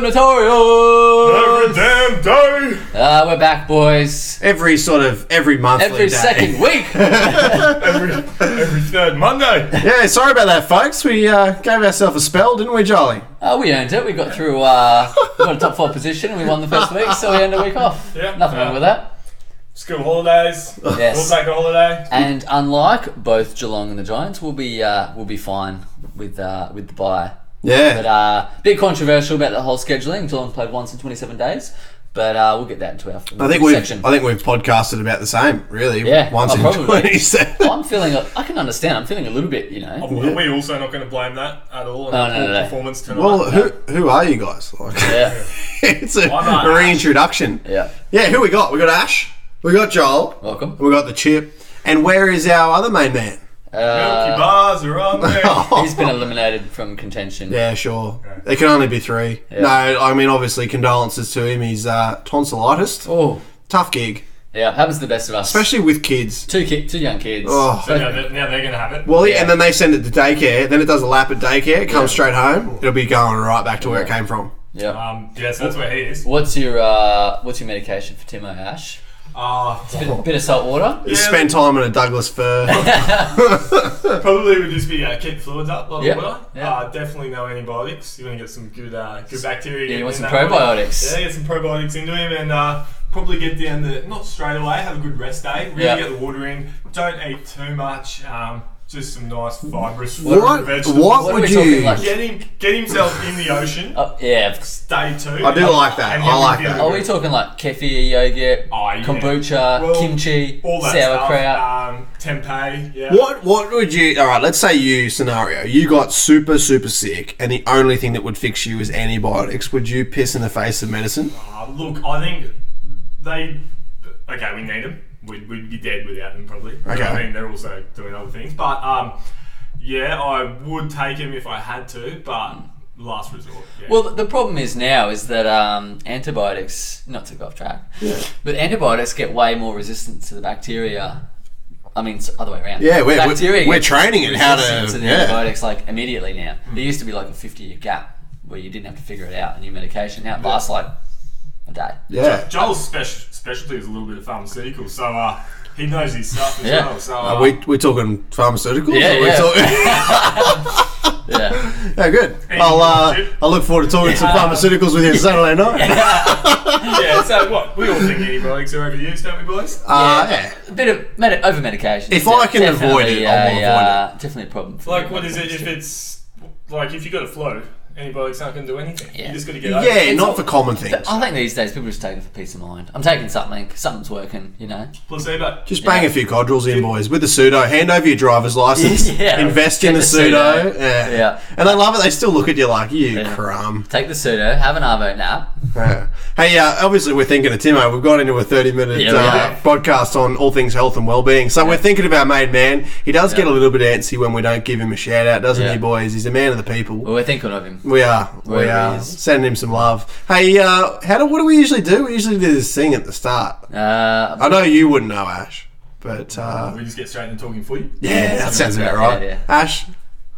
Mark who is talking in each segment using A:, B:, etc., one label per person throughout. A: Notorious.
B: Every damn day.
A: Uh, we're back, boys.
C: Every sort of every monthly
A: Every
C: day.
A: second week.
B: Every, every third Monday.
C: Yeah, sorry about that, folks. We uh, gave ourselves a spell, didn't we, Jolly?
A: Uh, we earned it. We got through. Uh, we got a top four position. and We won the first week, so we earned a week off.
B: Yeah.
A: Nothing
B: Yeah.
A: wrong with that.
B: School holidays.
A: Yes.
B: We'll take a holiday.
A: And unlike both Geelong and the Giants, we'll be uh, we'll be fine with uh, with the bye. But
C: Yeah.
A: uh, bit controversial about the whole scheduling. Geelong played once in 27 days, but uh, we'll get that into our
C: I think we've
A: section.
C: I think we've podcasted about the same, really.
A: Yeah,
C: Once
A: oh,
C: in
A: probably.
C: twenty seven.
A: I'm feeling. A, I can understand. I'm feeling a little bit. You know.
B: Are we also not going to blame that at all?
A: No, no,
B: Poor
A: no, no.
B: Performance tonight.
C: Well, who who are you guys? Like,
A: Yeah.
C: it's a,
B: I'm not
C: a reintroduction.
A: Yeah.
C: Yeah, who we got? We got Ash. We got Joel.
A: Welcome.
C: We got the Chip. And where is our other main man?
B: Milky
A: Uh,
B: bars are on there.
A: he's been eliminated from contention.
C: Yeah, sure. There can only be three. No, I mean obviously condolences to him. He's uh, tonsillitis.
A: Oh.
C: Tough gig,
A: Yeah. Happens to the best of us.
C: especially with kids.
A: two ki- two young kids.
C: Oh.
B: so now they're, now they're going to have it.
C: Well, yeah.
A: Yeah.
C: and then they send it to daycare. Then it does a lap at daycare. It comes straight home. It'll be going right back to where it came from.
A: Yeah.
B: Um, yeah, so that's where he is.
A: What's your uh, what's your medication for Timo Ash?
B: Uh,
A: Bit, bit of salt water.
C: Just spend time in a Douglas fir.
B: probably would just be uh, keep fluids up, a lot
A: Yeah,
B: of water.
A: yeah.
B: Uh, definitely no antibiotics. You want to get some good uh, good bacteria.
A: Yeah, you
B: in
A: want some
B: that water.
A: probiotics.
B: Yeah, get some probiotics into him and uh, probably get down the, not straight away, have a good rest day. Really
A: Yeah.
B: get the water in. Don't eat too much. Um, just some nice fibrous fruit and
C: what? What,
B: vegetables.
A: are
C: would
A: we talking
C: you?
A: like?
B: Get, him, get himself in the ocean.
A: Oh, yeah.
B: Day two.
C: I do like that.
B: And then
C: I like
B: we'll
C: that.
B: get
A: Are we talking like kefir yogurt,
B: Oh, yeah.
A: kombucha,
B: Well,
A: kimchi,
B: all that
A: sauerkraut?
B: stuff. Um, tempeh. Yeah.
C: What What would you? All right, let's say you scenario. You got super super sick, and the only thing that would fix you is antibiotics. Would you piss in the face of medicine?
B: Uh, look, I think they. Okay, we need them. We'd, we'd be dead without them, probably. But
C: Okay.
B: I mean, they're also doing other things. But um, yeah, I would take them if I had to, but last resort. Yeah.
A: Well, the problem is now is that um, antibiotics, not to go off track, but antibiotics get way more resistant to the bacteria. I mean, it's the other way around.
C: Yeah, we're-
A: Bacteria
C: we're- we're
A: gets
C: training it how to-
A: resistant the
C: yeah. Hmm.
A: antibiotics like immediately now. There used to be like a fifty-year gap where you didn't have to figure it out, and your medication now it lasts like a day.
C: Yeah.
B: Joel's special, specialty is a little bit of pharmaceutical, so uh, he knows his stuff as
A: Yeah.
B: well. So uh,
C: Are we we talking pharmaceuticals?
A: Yeah,
C: Are we
A: yeah.
C: Talking,
A: Yeah.
C: yeah, good. I'll uh, I look forward to talking some pharmaceuticals with you Saturday night.
B: yeah, so what? We all think antibiotics are overused, don't we, boys?
C: Uh,
A: Yeah.
C: yeah.
A: A bit of med- over medication.
C: If I can avoid it, I will
A: it. Definitely a problem. for
B: Like,
A: me.
B: what is it if it's. Like, if you got a flu, antibiotics aren't going to do anything.
A: Yeah.
B: You just got to get over it.
C: Yeah, not for common things.
A: I think these days people just take it for peace of mind. I'm taking something, something's working, you know.
B: Placebo.
C: Just bang a few codrils in, boys, with the pseudo. Hand over your driver's license.
A: Yeah.
C: Invest in
A: Get
C: the,
A: the
C: pseudo.
A: pseudo.
C: Yeah.
A: Yeah.
C: And they love it. They still look at you like, you crumb.
A: Take the pseudo, have an arvo nap.
C: Yeah. Hey, uh, obviously, we're thinking of Timo. We've gone into a 30 minute
A: Yeah, we
C: uh,
A: have.
C: podcast on all things health and well being. So we're thinking of our main man. He does get a little bit antsy when we don't give him a shout out, doesn't
A: Yeah.
C: he, boys? He's a man of the people.
A: Well, we're thinking of him.
C: We are. we
A: Where he
C: are.
A: is.
C: Sending him some love. Hey, uh, how do, what do we usually do? We usually do this thing at the start.
A: Uh,
C: I know you wouldn't know, Ash, but. Uh,
B: We just get straight into talking footy.
C: Yeah, that sounds
A: like
C: about
A: that.
C: right.
A: Yeah, yeah.
C: Ash,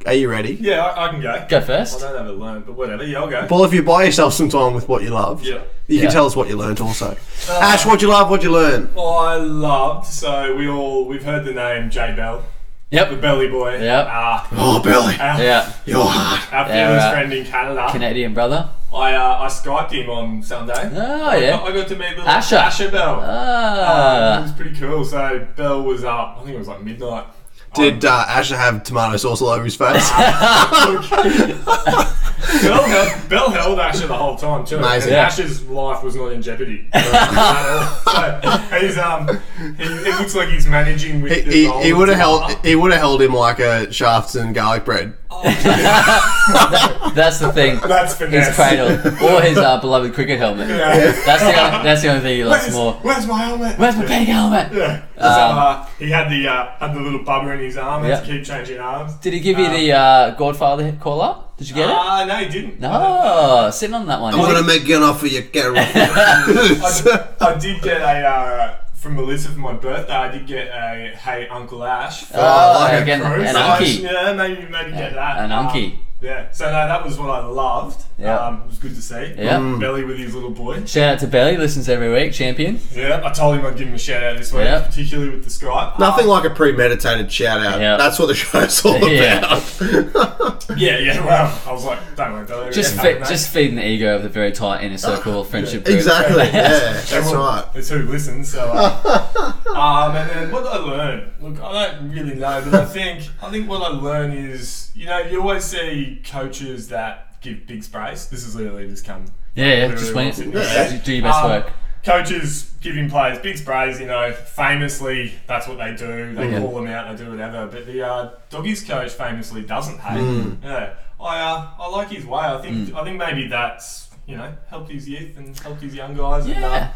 C: are you ready?
B: Yeah, I, I can go.
A: go
B: I
A: first.
B: don't have it learned, but whatever. Yeah, I'll go.
C: Paul, if you buy yourself some time with what you love,
B: Yeah. Uh,
C: you
A: Yeah.
C: can tell us what you learnt also. Ash, what you love, what you learn.
B: I loved. So we all we've heard the name Jay Bell, the
A: Yep.
B: Belly Boy.
A: Yep.
B: Uh,
C: Oh, Billy,
B: our,
A: Yeah.
C: you're hard.
B: Our
A: Yeah,
B: fearless
A: right.
B: friend in Canada.
A: Canadian brother.
B: I uh, I skyped him on Sunday.
A: Oh,
B: I
A: yeah.
B: Got, I got to meet little
A: Asher.
B: Asher Bell. Um, it
A: Ah.
B: was pretty cool. So Bell was up. I think it was like midnight.
C: Did uh, Ash have tomato sauce all over his face?
B: Bell held, Bell held Asher the whole time too.
C: Amazing.
B: And
A: Yeah.
B: Asher's life was not in jeopardy. so he's um, he, it looks like he's managing with
C: he
B: the
C: he,
B: role
C: he
B: of
C: would have
B: Tamara.
C: held he would have held him like a shafts and garlic bread.
A: That's the thing.
B: That's
A: His
B: finesse.
A: cradle or his uh, beloved cricket helmet.
B: Yeah.
A: That's the only, that's the only thing he likes
B: Where's,
A: more.
B: where's my helmet?
A: Where's my pink helmet?
B: Yeah. So, uh, he had the uh, had the little bubber in his arm.
A: Yeah.
B: Yeah. Keep changing arms.
A: Did he give you the uh, Godfather call up? Did you get it?
B: Ah, no, he didn't.
A: No, sitting on that one.
C: I'm gonna make you an offer you can't
B: I,
C: refuse.
B: I did get a uh, from Melissa for my birthday. I did get a hey Uncle Ash.
A: Oh,
C: uh, like a
A: Uh, again,
B: Cruise.
A: an
B: So I-
A: unky.
B: Yeah, maybe maybe get that.
A: An
B: Um,
A: unky.
B: Yeah. So no, that was what I loved.
A: Yeah.
B: Um, it was good to see.
A: Yeah.
C: Mm.
B: Belly with his little boy.
A: Shout out to Belly, listens every week, champion.
B: Yeah. I told him I'd give him a shout out this week,
A: Yeah.
B: particularly with the Skype.
C: Nothing like a premeditated shout out.
A: Yeah.
C: That's what the show's all
A: Yeah.
C: about.
B: Yeah. Yeah. Well, I was like, don't worry, Belly.
A: Just
B: yeah,
A: fe-
B: no, mate.
A: just feeding the ego of the very tight inner circle of friendship group.
C: exactly. Yeah, that's
B: Everyone-
C: right.
B: It's who listens. So, uh, um, and then what did I learn? Look, I don't really know, but I think I think what I learned is you know you always see coaches that give big sprays. This is literally just come.
A: Yeah, yeah.
B: literally
A: Just
B: what
A: when
B: I'm sitting here saying.
A: do your best
B: Um,
A: work.
B: Coaches giving players big sprays, you know, famously that's what they do. They
A: Yeah.
B: call them out, they do whatever. But the uh, doggies coach famously doesn't pay.
A: Mm.
B: Yeah, I uh, I like his way. I think I think maybe that's you know helped his youth and helped his young guys. And, uh,
A: Yeah.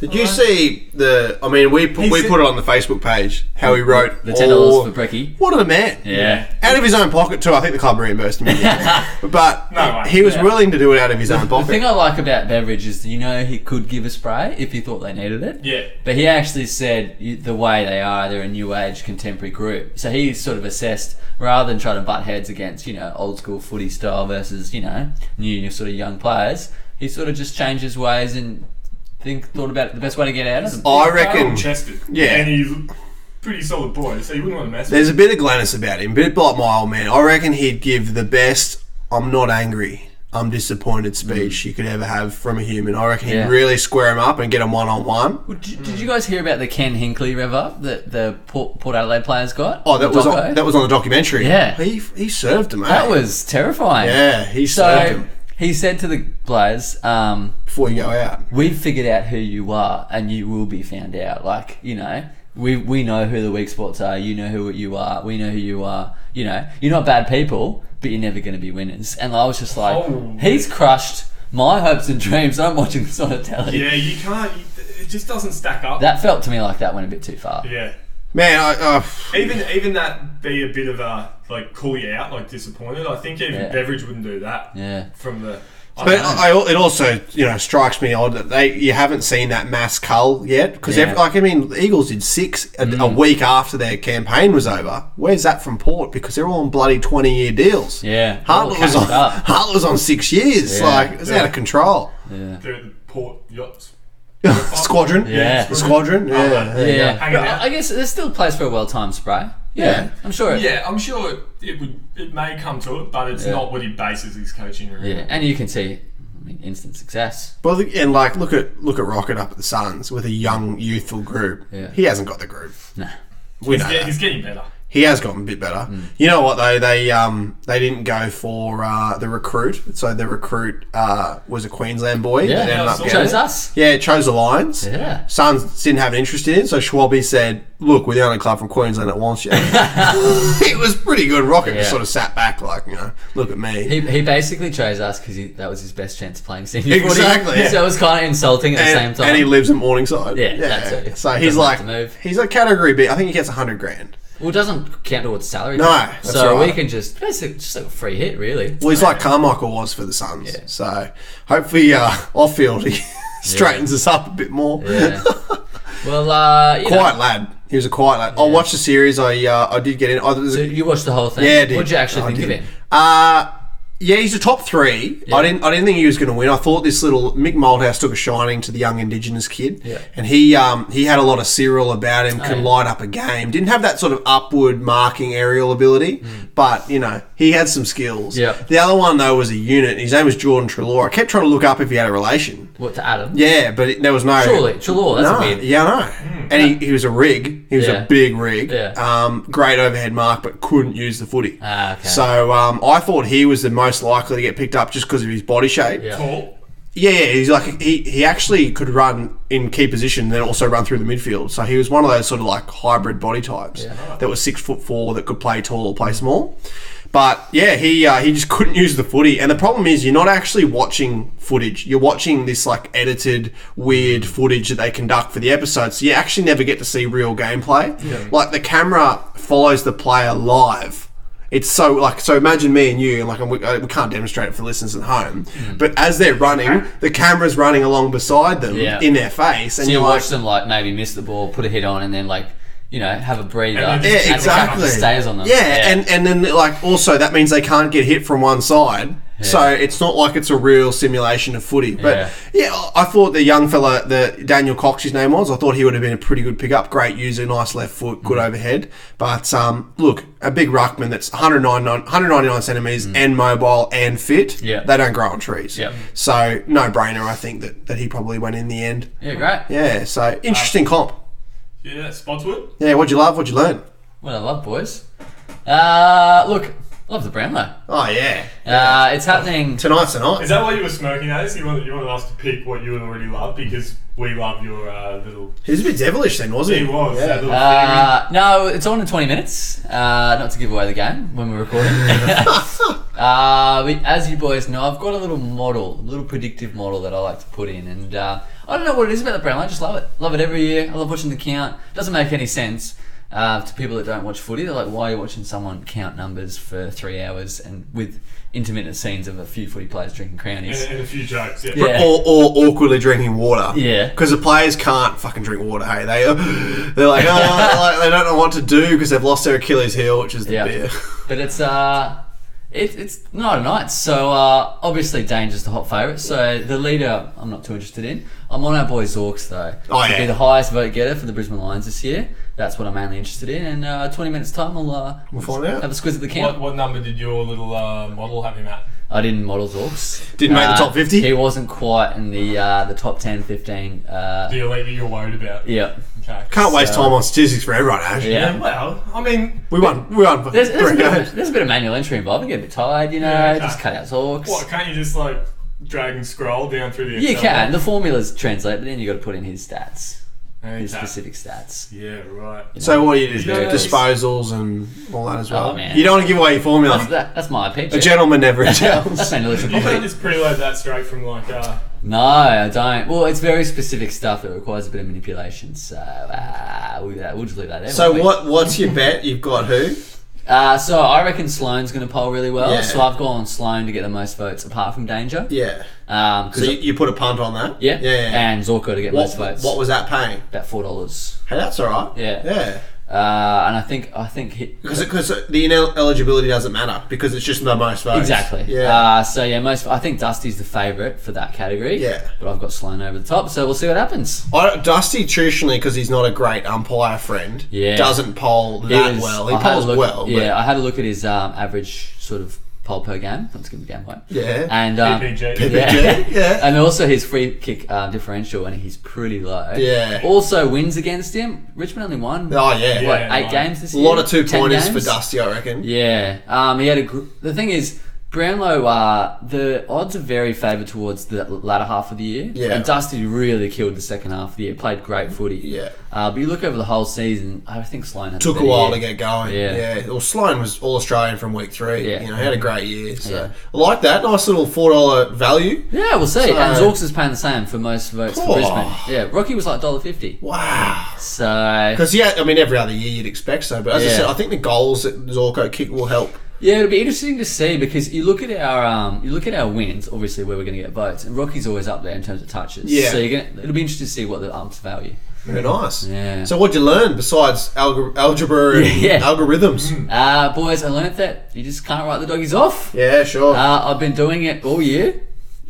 C: Did you see the? I mean, we put,
B: He
C: we
B: said-
C: put it on the Facebook page how he wrote
A: The ten
C: all-
A: dollars for Brecky.
C: What a man!
A: Yeah.
C: Out of his own pocket too. I think the club reimbursed him, but
B: No way.
C: he was
A: Yeah.
C: willing to do it out of his own
A: The thing
C: pocket.
A: I like about Beveridge is, you know, he could give a spray if he thought they needed it.
B: Yeah.
A: But he actually said y- the way they are, they're a new age contemporary group. So he sort of assessed rather than trying to butt heads against, you know, old school footy style versus, you know, new sort of young players. He sort of just changed his ways and think thought about the best way to get out of them.
C: I
B: Carl
C: reckon
B: chested.
C: Yeah.
B: and he's a pretty solid boy, so you wouldn't want to mess with.
C: there's a bit of Glennis about him, bit like my old man. I reckon he'd give the best. I'm not angry. I'm disappointed speech you could ever have from a human. I reckon
A: Mm. Yeah.
C: he'd really square him up and get him one on one.
A: Well, Did, did you guys hear about the Ken Hinkley rev up that the Port, Port Adelaide players got?
C: Oh, that
A: The
C: was
A: doco?
C: on, that was on the documentary.
A: Yeah.
C: he he served him.
A: That was terrifying.
C: yeah, he served
A: So
C: him
A: he said to the players, um,
C: before you go out.
A: we've figured out who you are and you will be found out like you know we we know who the weak spots are you know who you are we know who you are you know you're not bad people but you're never going to be winners and i was just like
B: Oh.
A: he's crushed my hopes and dreams i'm watching this on a telly
B: Yeah, you can't. You, it just doesn't stack up.
A: that felt to me like that went a bit too far
B: yeah,
C: Man, I, uh,
B: even even that be a bit of a like call you out, like disappointed. I think even
A: Yeah.
B: Beveridge wouldn't do that.
A: yeah
B: From the, I
C: but
B: don't know.
C: I, I- it also you know strikes me odd that they you haven't seen that mass cull yet because
A: Yeah. Mm.
C: like I mean the Eagles did six a, a week after their campaign was over. Where's that from Port? Because they're all on bloody twenty year deals.
A: yeah
C: Hartley was on
A: Cashed up.
C: Hartley was on six years.
A: Yeah.
C: Like it's out
B: Yeah.
C: of control.
A: yeah
B: they're at the port yachts.
C: Squadron,
A: Yeah.
C: The squadron, yeah.
B: Oh,
C: there you go.
A: yeah,
B: Hanging
A: But
B: out.
A: I I guess there's still place for a well-timed spray. Yeah,
C: Yeah.
A: I'm sure. it-
B: Yeah, I'm sure it, it would. It may come to it, but it's
A: Yeah.
B: not what he bases his coaching around.
A: yeah, and you can see, I mean, instant success.
C: Well, the- and like look at look at Rocket up at the Suns with a young youthful group.
A: Yeah.
C: He hasn't got the group.
A: Nah.
C: We know
B: He's, get-
C: that.
B: he's getting better.
C: He has gotten a bit better.
A: Hmm.
C: You know what though? They um they didn't go for uh, the recruit, so the recruit uh, was a Queensland boy.
A: Yeah.
C: that ended up
B: So-
C: getting
A: Shows
C: it.
A: us.
C: Yeah, chose the Lions.
A: Yeah.
C: Suns didn't have an interest in it, so Schwalbe said, "Look, we're the only club from Queensland that wants you." it was pretty good. Rocket
A: Yeah.
C: just sort of sat back, like, you know, look at me.
A: He, he basically chose us because that was his best chance of playing senior
C: Exactly,
A: footy.
C: yeah.
A: So it was kind of insulting at the
C: and,
A: same time.
C: and he lives in Morningside.
A: Yeah, that's it.
C: So
A: He
C: he's
A: doesn't have
C: like,
A: to move.
C: he's a category B. I think he gets a hundred grand.
A: well, it doesn't count towards salary.
C: No,
A: does it?
C: that's
A: so
C: right.
A: we can just basically just a free hit, really.
C: Well, he's like Carmichael was for the Suns. So hopefully, uh, off field, he straightens us up a bit more.
A: Yeah. well, uh, you know,
C: Quiet lad. He was a quiet lad. I watched the series. I uh, I did get in. I, was,
A: so you watched the whole thing.
C: yeah, I did.
A: What'd you actually
C: I
A: think
C: did.
A: of him?
C: Uh, yeah, he's a top three. I didn't. I didn't think he was going to win. I thought this little Mick Moldhouse took a shining to the young Indigenous kid,
A: Yeah. Oh,
C: and he um, he had a lot of serial about him. Can
A: yeah.
C: light up a game. Didn't have that sort of upward marking aerial ability, but you know he had some skills.
A: Mm. Yeah.
C: The other one though was a unit. His name was Jordan Trelaw. I kept trying to look up if he had a relation.
A: What to Adam?
C: Yeah, but it, there was no
A: Surely, Trelaw, that's
C: no,
A: weird.
C: yeah, I know. And he, he was a rig. He was
A: Yeah.
C: a big rig.
A: Yeah.
C: Um, great overhead mark, but couldn't use the footy.
A: Ah, okay.
C: So um, I thought he was the most likely to get picked up just because of his body shape.
A: Yeah.
B: Tall.
C: Yeah, yeah, he's like he, he actually could run in key position, then also run through the midfield. So he was one of those sort of like hybrid body types that was six foot four that could play tall or play small. But yeah, he uh, he just couldn't use the footy, and the problem is you're not actually watching footage. You're watching this like edited weird footage that they conduct for the episode, so you actually never get to see real gameplay. Like the camera follows the player live. It's so like so. Imagine me and you, and like and we, uh, we can't demonstrate it for the listeners at home.
A: Mm.
C: But as they're running, the camera's running along beside them
A: Yeah.
C: in their face, and
A: So you
C: you're like,
A: watched them like maybe miss the ball, put a hit on, and then like you know, have a breather.
B: And then
A: and the
B: just-
C: Yeah,
A: captain
C: exactly.
A: stays on them.
C: Yeah, and and then like also that means they can't get hit from one side. So it's not like it's a real simulation of footy. But yeah. I I thought the young fella, the Daniel Cox, his name was. I thought he would have been a pretty good pickup. Great user, nice left foot,
A: Mm.
C: good overhead. But um, look, a big ruckman that's 199, 199 centimeters and mobile and fit.
A: Mm. Yeah.
C: they don't grow on trees.
A: Yep.
C: So no brainer. I think that that he probably went in the end.
A: yeah, great.
C: Yeah. So
A: Um,
C: interesting comp.
B: Yeah, Spotswood.
C: Yeah. What'd you love? What'd you learn?
A: What I love, boys. Uh, look, I love the Brownlow.
C: Oh yeah.
A: Uh, it's happening.
C: Tonight's the night.
B: Is that why you were smoking, Ace? You wanted, you wanted us to pick what you would already love because we love your uh, little.
C: He was a bit devilish then, wasn't
B: He was. that little theory.
A: Uh, no, it's on in 20 minutes. Uh, not to give away the game when we're recording. uh, we, as you boys know, I've got a little model, a little predictive model that I like to put in. And uh, I don't know what it is about the Brownlow. I just love it. Love it every year. I love watching the count. doesn't make any sense uh, to people that don't watch footy. They're like, why are you watching someone count numbers for three hours and with intermittent scenes of a few footy players drinking crownies?
B: and, and a few jokes. Yeah.
A: Yeah.
C: Or, or awkwardly drinking water.
A: Yeah.
C: Because the players can't fucking drink water, hey? They, they're like, oh, like, they don't know what to do because they've lost their Achilles heel, which is the
A: Yeah.
C: beer.
A: But it's uh, it, it's night and night. So uh, obviously Danger's the hot favourite. So the leader, I'm not too interested in. I'm on our boy Zorks though.
C: Oh,
A: to
C: yeah.
A: be the highest vote getter for the Brisbane Lions this year. That's what I'm mainly interested in. And uh, 20 minutes time, I'll uh, we'll
C: find out.
A: Have a squiz at the
B: What,
A: count.
B: what number did your little uh, model have him at?
A: I didn't model Zorks.
C: Didn't make the
A: Uh,
C: top 50?
A: He wasn't quite in the uh, the top 10, 15. Uh,
B: The elite that you're worried about.
A: yeah.
B: Okay.
C: Can't waste
A: So-
C: time on statistics for everyone, hey?
A: Yeah.
B: Yeah, well, I mean,
C: We won. We won.
A: There's, there's, a
C: three
A: bit
C: games.
A: of, there's a bit of manual entry involved. I get a bit tired, you know.
B: Yeah, okay.
A: Just cut out Zorks.
B: what, can't you just like drag and scroll down through the
A: You
B: Excel
A: can.
B: box?
A: The formulas translate, but then you got to put in his stats.
B: Okay.
A: his specific stats.
B: Yeah, right.
C: So what do you do?
B: Yeah.
C: Disposals and all that as well.
A: Oh, man.
C: You don't want to give away your
A: That's,
C: formula.
A: that, that's my picture.
C: A gentleman never
A: that's
C: tells.
A: been illicit
B: You can't
A: property.
B: just preload that straight from like uh,
A: No, I don't. Well, it's very specific stuff that requires a bit of manipulation, so uh, we, uh, we'll just leave that there. won't we?
C: What's your bet? You've got who?
A: Uh, so I reckon Sloane's going to poll really well,
C: Yeah.
A: so I've gone Sloane to get the most votes apart from Danger.
C: Yeah.
A: Um, 'cause-
C: you put a punt on that.
A: yeah, and Zorko to get most votes.
C: was that paying?
A: About four dollars.
C: Hey, that's all right.
A: Yeah.
C: Yeah.
A: Uh, and I think I think he,
C: Because the ineligibility doesn't matter because it's just the most votes.
A: Exactly.
C: Yeah.
A: Uh, so yeah, most I think Dusty's the favourite for that category.
C: Yeah.
A: But I've got Sloane over the top, so we'll see what happens.
C: I don't- Dusty, traditionally, because he's not a great umpire friend,
A: Yeah.
C: doesn't poll
A: He
C: that
A: was-
C: well. He
A: I had a
C: polls
A: look-
C: well.
A: Yeah, I had a look at his um, average sort of poll per game. Let's give him a game point.
C: Yeah.
A: And um,
B: PPG.
C: PPG, yeah.
A: and also his free kick uh, differential, and he's pretty low.
C: Yeah.
A: Also wins against him. Richmond only won.
C: But, oh, yeah.
A: What,
B: Yeah,
A: eight
B: no.
A: games this
C: A
A: year?
C: lot of two
A: Ten
C: pointers for
A: games?
C: Dusty, I reckon.
A: Yeah. Um, he had a. Gr- the thing is, Brownlow. Uh, the odds are very favoured towards the latter half of the year.
C: Yeah.
A: And Dusty really killed the second half of the year. Played great footy.
C: Yeah.
A: Uh, but you look over the whole season. I think Sloan had
C: Took a
A: better
C: while
A: year.
C: to get going.
A: Yeah.
C: Yeah. Well, Sloan was all Australian from week three.
A: Yeah.
C: You know, had a great year. So
A: Yeah.
C: I like that. Nice little $4 value.
A: Yeah, we'll see.
C: So-
A: and Zorks is paying the same for most votes
C: Cool.
A: for Brisbane. Yeah, Rocky was like dollar fifty.
C: Wow.
A: So
C: Because, yeah, I mean, every other year you'd expect so. But as I
A: Yeah.
C: said, I think the goals that Zorko kicked will help.
A: yeah, it'll be interesting to see because you look at our um, you look at our wins, obviously where we're going to get votes, and Rocky's always up there in terms of touches.
C: Yeah.
A: So you're gonna, it'll be interesting to see what the umps value.
C: Very nice.
A: Yeah.
C: So what'd you learn besides algor- algebra and
A: Yeah.
C: algorithms?
A: Uh, boys, I learnt that you just can't write the doggies off.
C: Yeah, sure.
A: Uh, I've been doing it all year.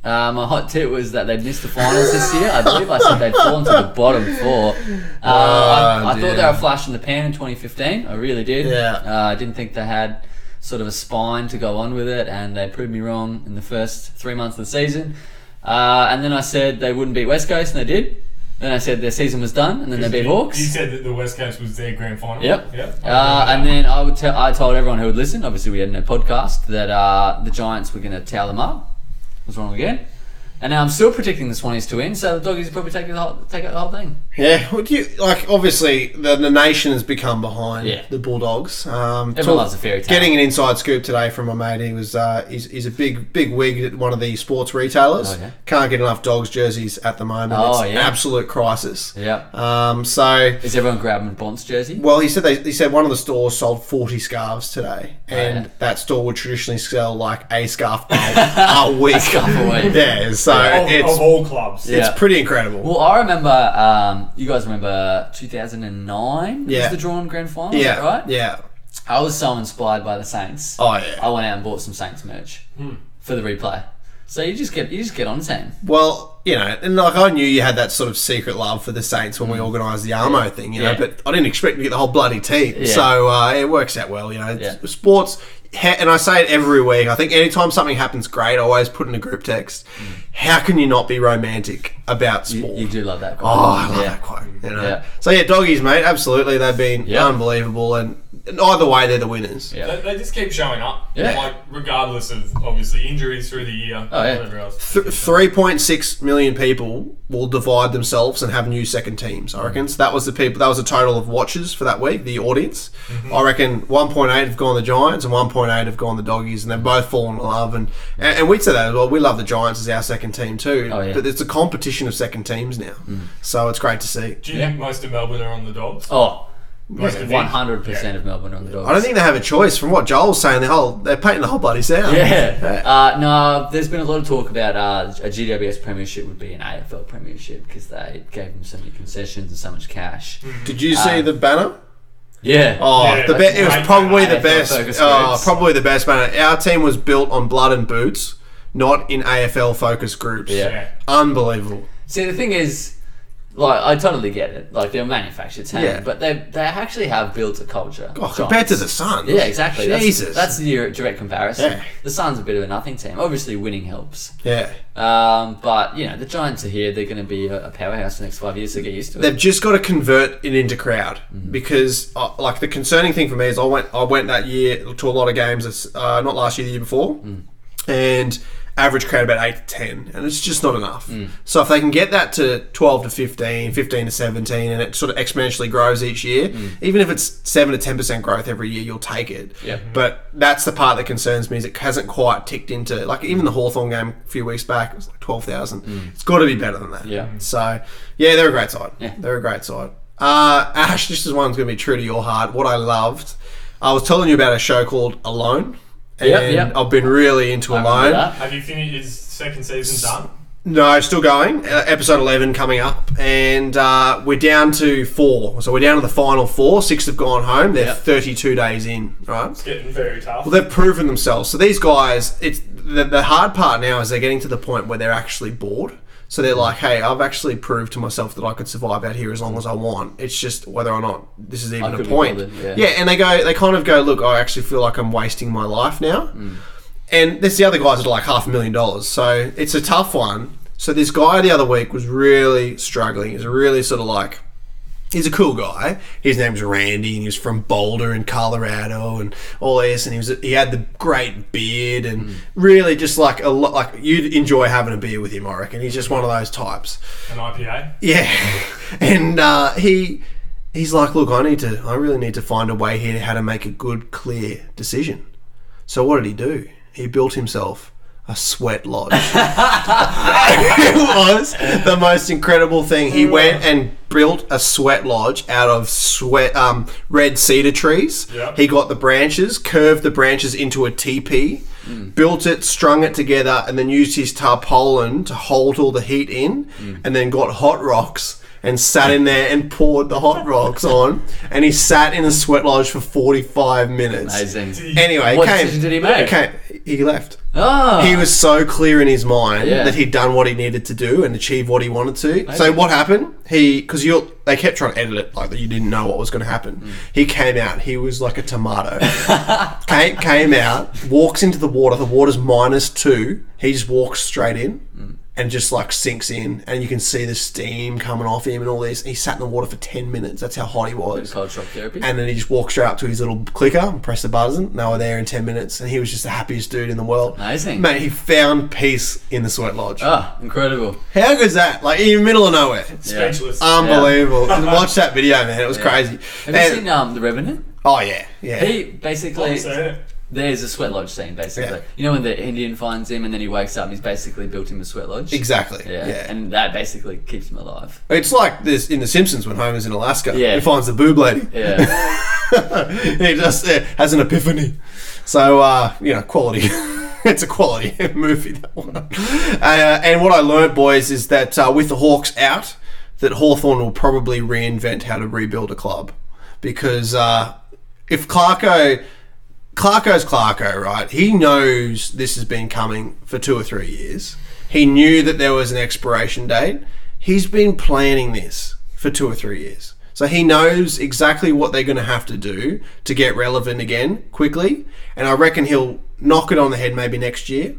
A: Uh, my hot tip was that they'd missed the finals this year. I believe I said they'd fallen to the bottom four. Uh, I, I
C: Oh, dear.
A: thought they were a flash in the pan in 2015. I really did.
C: Yeah.
A: Uh, I didn't think they had sort of a spine to go on with it, and they proved me wrong in the first three months of the season. Uh, and then I said they wouldn't beat West Coast, and they did. Then I said their season was done, and then they beat
B: you,
A: Hawks.
B: You said that the West Coast was their grand final.
A: Yep.
B: Yep.
A: Uh, and then I would tell I told everyone who would listen. Obviously, we had no podcast that uh, the Giants were going to towel them up. Was wrong again. And now I'm still predicting the Swanies to win, so the doggies will probably take the whole take out the whole thing.
C: yeah, would you like? Obviously, the, the nation has become behind
A: Yeah.
C: the Bulldogs. Um,
A: Everyone loves a fairy tale.
C: Getting an inside scoop today from my mate. He was uh, he's, he's a big big wig at one of the sports retailers.
A: Oh, yeah.
C: Can't get enough dogs jerseys at the moment.
A: Oh,
C: it's an
A: yeah.
C: absolute crisis.
A: yeah.
C: Um, so
A: Is everyone grabbing Bont's jersey?
C: Well, he said they, he said one of the stores sold forty scarves today, and
A: Oh, yeah.
C: that store would traditionally sell like a scarf a, a week.
A: scarf a week.
C: yeah, so So
B: of,
C: it's
B: of all clubs.
A: Yeah.
C: it's pretty incredible.
A: Well, I remember. Um, you guys remember 2009
C: Yeah.
A: was the drawn grand final,
C: yeah,
A: right?
C: yeah.
A: I was so inspired by the Saints.
C: Oh Hmm. yeah.
A: I went out and bought some Saints merch for the replay. So you just get you just get on Sam.
C: Well, you know, and like I knew you had that sort of secret love for the Saints when we organised the Armo thing, you know,
A: Mm. Yeah.
C: but I didn't expect to get the whole bloody team.
A: Yeah.
C: So uh, it works out well, you know.
A: Yeah.
C: Sports, he- and I say it every week. I think anytime something happens great, I always put in a group text. How can you not be romantic about
A: Mm. You,
C: sport?
A: you do love that. Quote.
C: Oh, I love
A: yeah.
C: that quote. You know?
A: Yeah.
C: So yeah, doggies, mate. Absolutely, they've been
A: Yeah.
C: unbelievable, and and either way, they're the winners.
A: Yeah.
B: They, they just keep showing up.
A: Yeah.
B: Like, regardless of obviously injuries through the year,
A: Oh, yeah.
B: whatever else.
C: Th- 3.6 million people will divide themselves and have new second teams.
A: Mm-hmm.
C: I reckon so that was the people. That was the total of watches for that week. The audience,
A: Mm-hmm.
C: I reckon, 1.8 have gone the Giants and 1.8 have gone the Doggies, and they've both fallen in love. And and, and we'd say that as well. We love the Giants as our second team too.
A: Oh, yeah. Mm.
C: But it's a competition of second teams now, so it's great to see.
B: Do you think most of Melbourne are on the dogs?
A: Oh,
B: Most of
A: one
B: them?
A: hundred percent of Melbourne are on the dogs.
C: I don't think they have a choice. From what Joel's saying, the whole they're painting the whole bloody sound.
A: Yeah. Uh, no, there's been a lot of talk about uh, a GWS premiership would be an AFL premiership because they gave them so many concessions and so much cash.
C: Did you see the banner?
A: Yeah.
C: Mm. Oh,
B: Yeah,
C: the be-
B: that's
C: it was
B: great.
C: probably
A: Yeah,
C: the best.
A: focus
C: Oh,
A: groups.
C: probably the best banner. Our team was built on blood and boots, not in AFL focus groups.
A: Yeah.
B: Yeah.
C: Unbelievable.
A: See, the thing is, like, I totally get it. Like, they're a manufactured team,
C: Yeah.
A: but they they actually have built a culture.
C: Oh,
A: Giants.
C: compared to the Suns.
A: Yeah, exactly. That's-
C: Jesus.
A: That's, the direct comparison.
C: Yeah.
A: The Suns a bit of a nothing team. Obviously, winning helps.
C: yeah.
A: Um, but, you know, the Giants are here. They're going to be a, a powerhouse the next five years, so get used to it.
C: They've just got to convert it into crowd because, uh, like, the concerning thing for me is I went I went that year to a lot of games. this- Uh, not last year, the year before, and average crowd about eight to ten, and it's just not enough. So if they can get that to twelve to 15, 15 to seventeen, and it sort of exponentially grows each year, even if it's seven to ten percent growth every year, you'll take it.
A: Yeah.
C: But that's the part that concerns me is it hasn't quite ticked into like even the Hawthorn game a few weeks back it was like twelve thousand. It's got to be better than that.
A: Yeah.
C: So, yeah, they're a great side.
A: Yeah.
C: They're a great side. Uh, Ash, this is one's going to be true to your heart. What I loved, I was telling you about a show called Alone, and
A: Yep, yep.
C: I've been really into
A: I remember
C: Alone.
A: that.
B: Have you finished? Is second season done?
C: No, still going. Uh, episode eleven coming up, and uh, we're down to four. So we're down to the final four. Six have gone home. They're
A: Yep.
C: thirty-two days in. Right.
B: Getting very tough.
C: Well, they've proven themselves. So these guys, it's the, the hard part now is they're getting to the point where they're actually bored. So they're like, hey, I've actually proved to myself that I could survive out here as long as I want. It's just whether or not this is even a
A: could be
C: point.
A: bothered, yeah.
C: and they go, they kind of go, look, I actually feel like I'm wasting my life now.
A: Mm.
C: And there's the other guys that are like half a million dollars. So it's a tough one. So this guy the other week was really struggling. He's really sort of like, he's a cool guy. His name's Randy, and he was from Boulder in Colorado, and all this. And he was he had the great beard, and
A: Mm.
C: really just like a lot like you'd enjoy having a beer with him. I reckon he's just one of those types.
B: An IPA.
C: Yeah, and uh, he he's like, look, I need to, I really need to find a way here to how to make a good, clear decision. So what did he do? He built himself a sweat lodge. it was the most incredible thing. He went and built a sweat lodge out of sweat um, red cedar trees.
B: Yep.
C: He got the branches, curved the branches into a teepee, built it, strung it together, and then used his tarpaulin to hold all the heat in, and then got hot rocks. And sat in there and poured the hot rocks on, and he sat in a sweat lodge for forty-five minutes.
A: Amazing.
C: Anyway,
A: What
C: came,
A: decision did he make?
C: Came, he left
A: Oh,
C: Ah. he was so clear in his mind
A: Yeah.
C: that he'd done what he needed to do and achieve what he wanted to. So
A: Amazing.
C: what happened? He because you they kept trying to edit it like that you didn't know what was going to happen.
A: Mm.
C: He came out. He was like a tomato. came, came out, walks into the water. The water's minus two. He just walks straight in.
A: Mm.
C: And just like sinks in, and you can see the steam coming off him and all this. He sat in the water for 10 minutes. That's how hot he was.
A: cold shock therapy.
C: And then he just walked straight up to his little clicker and pressed the button. And they were there in 10 minutes. And he was just the happiest dude in the world.
A: Amazing.
C: Mate, he found peace in the sweat lodge.
A: oh, incredible.
C: How good's that? Like, in the middle of nowhere.
A: Yeah.
B: Speechless.
C: Um, Unbelievable. Watch that video, man. It was
A: Yeah.
C: crazy.
A: Have
C: And-
A: you seen um, The Revenant?
C: oh, yeah. Yeah.
A: He basically.
B: Seen it?
A: There's a sweat lodge scene, basically.
C: Yeah.
A: You know when the Indian finds him and then he wakes up and he's basically built him a sweat lodge?
C: exactly.
A: Yeah.
C: Yeah.
A: And that basically keeps him alive.
C: It's like this in The Simpsons when Homer's in Alaska.
A: Yeah.
C: He finds the boob lady.
A: Yeah.
C: he just uh, has an epiphany. So, uh, you know, quality. it's a quality movie that one. Uh, and what I learned, boys, is that uh, with the Hawks out, that Hawthorn will probably reinvent how to rebuild a club because uh, if Clarko. Clarko's Clarko, right? He knows this has been coming for two or three years. He knew that there was an expiration date. He's been planning this for two or three years. So he knows exactly what they're going to have to do to get relevant again quickly. And I reckon he'll knock it on the head maybe next year.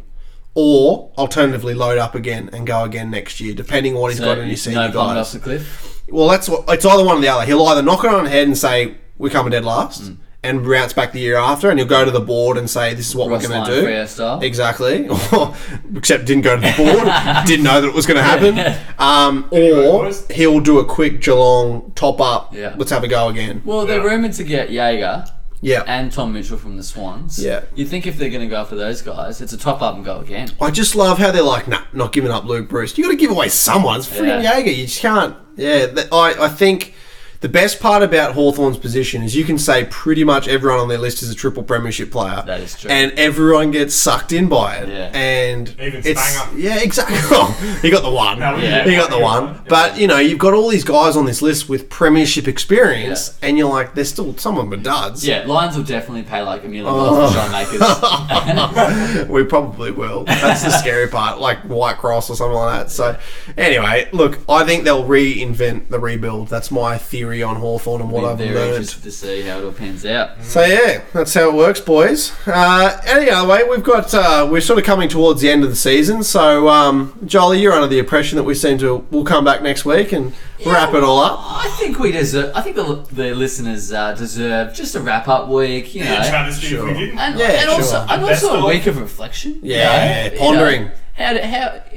C: Or alternatively, load up again and go again next year, depending on what he's
A: So
C: got in
A: you-
C: his senior
A: no plummet off
C: guidance.
A: the cliff.
C: Well, that's what it's either one or the other. He'll either knock it on the head and say we're coming dead last,
A: Mm.
C: and bounce back the year after, and he'll go to the board and say this is what
A: Ross
C: we're going
A: Lyon
C: to do.
A: Freo style.
C: Exactly. Except didn't go to the board, didn't know that it was going to happen. Um, or
B: boys.
C: he'll do a quick Geelong top up.
A: Yeah.
C: Let's have a go again.
A: Well, they're
B: Yeah.
A: rumored to get Jaeger
C: Yeah.
A: and Tom Mitchell from the Swans.
C: Yeah.
A: You think if they're going to go after those guys, it's a top up and go again.
C: I just love how they're like, nah, not giving up Luke Bruce. You got to give away someone. It's freaking
A: Yeah.
C: Jaeger. You just can't. Yeah, th- I, I think the best part about Hawthorn's position is you can say pretty much everyone on their list is a triple premiership player.
A: That is true.
C: And everyone gets sucked in by it.
A: Yeah.
C: And
B: Even
C: it's,
B: Spanger.
C: Yeah, exactly. he got the one.
B: No, we
A: Yeah.
B: did.
C: He got the one. But, you know, you've got all these guys on this list with premiership experience, and you're like, they're still, some of them are duds.
A: Yeah, Lions will definitely pay like a million dollars
C: Oh.
A: for Sean Makers.
C: we probably will. That's the scary part, like White Cross or something like that. So, anyway, look, I think they'll reinvent the rebuild. That's my theory on Hawthorn and what I've
A: Very
C: learned. Mm.
A: interested to see how it all pans out.
C: So yeah, that's how it works, boys. Uh, any other way, we've got uh, we're sort of coming towards the end of the season. So, um, Jolly, you're under the impression that we seem to we'll come back next week and wrap it all up.
A: I think we deserve. I think the, the listeners uh, deserve just a wrap up week, you know.
B: Yeah, travesty
C: Sure.
B: if we didn't.
A: and
C: Yeah,
A: and also,
C: sure.
A: and
B: Best
A: also a
B: of-
A: week of reflection. you
C: Yeah,
A: know?
C: pondering.
A: You know, how, did-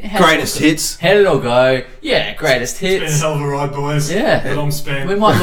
A: how, how
C: Greatest hits.
A: How did it all go? Yeah, greatest
B: Been a
A: hits.
B: hell of a ride, boys.
A: Yeah.
B: Long span.
A: We might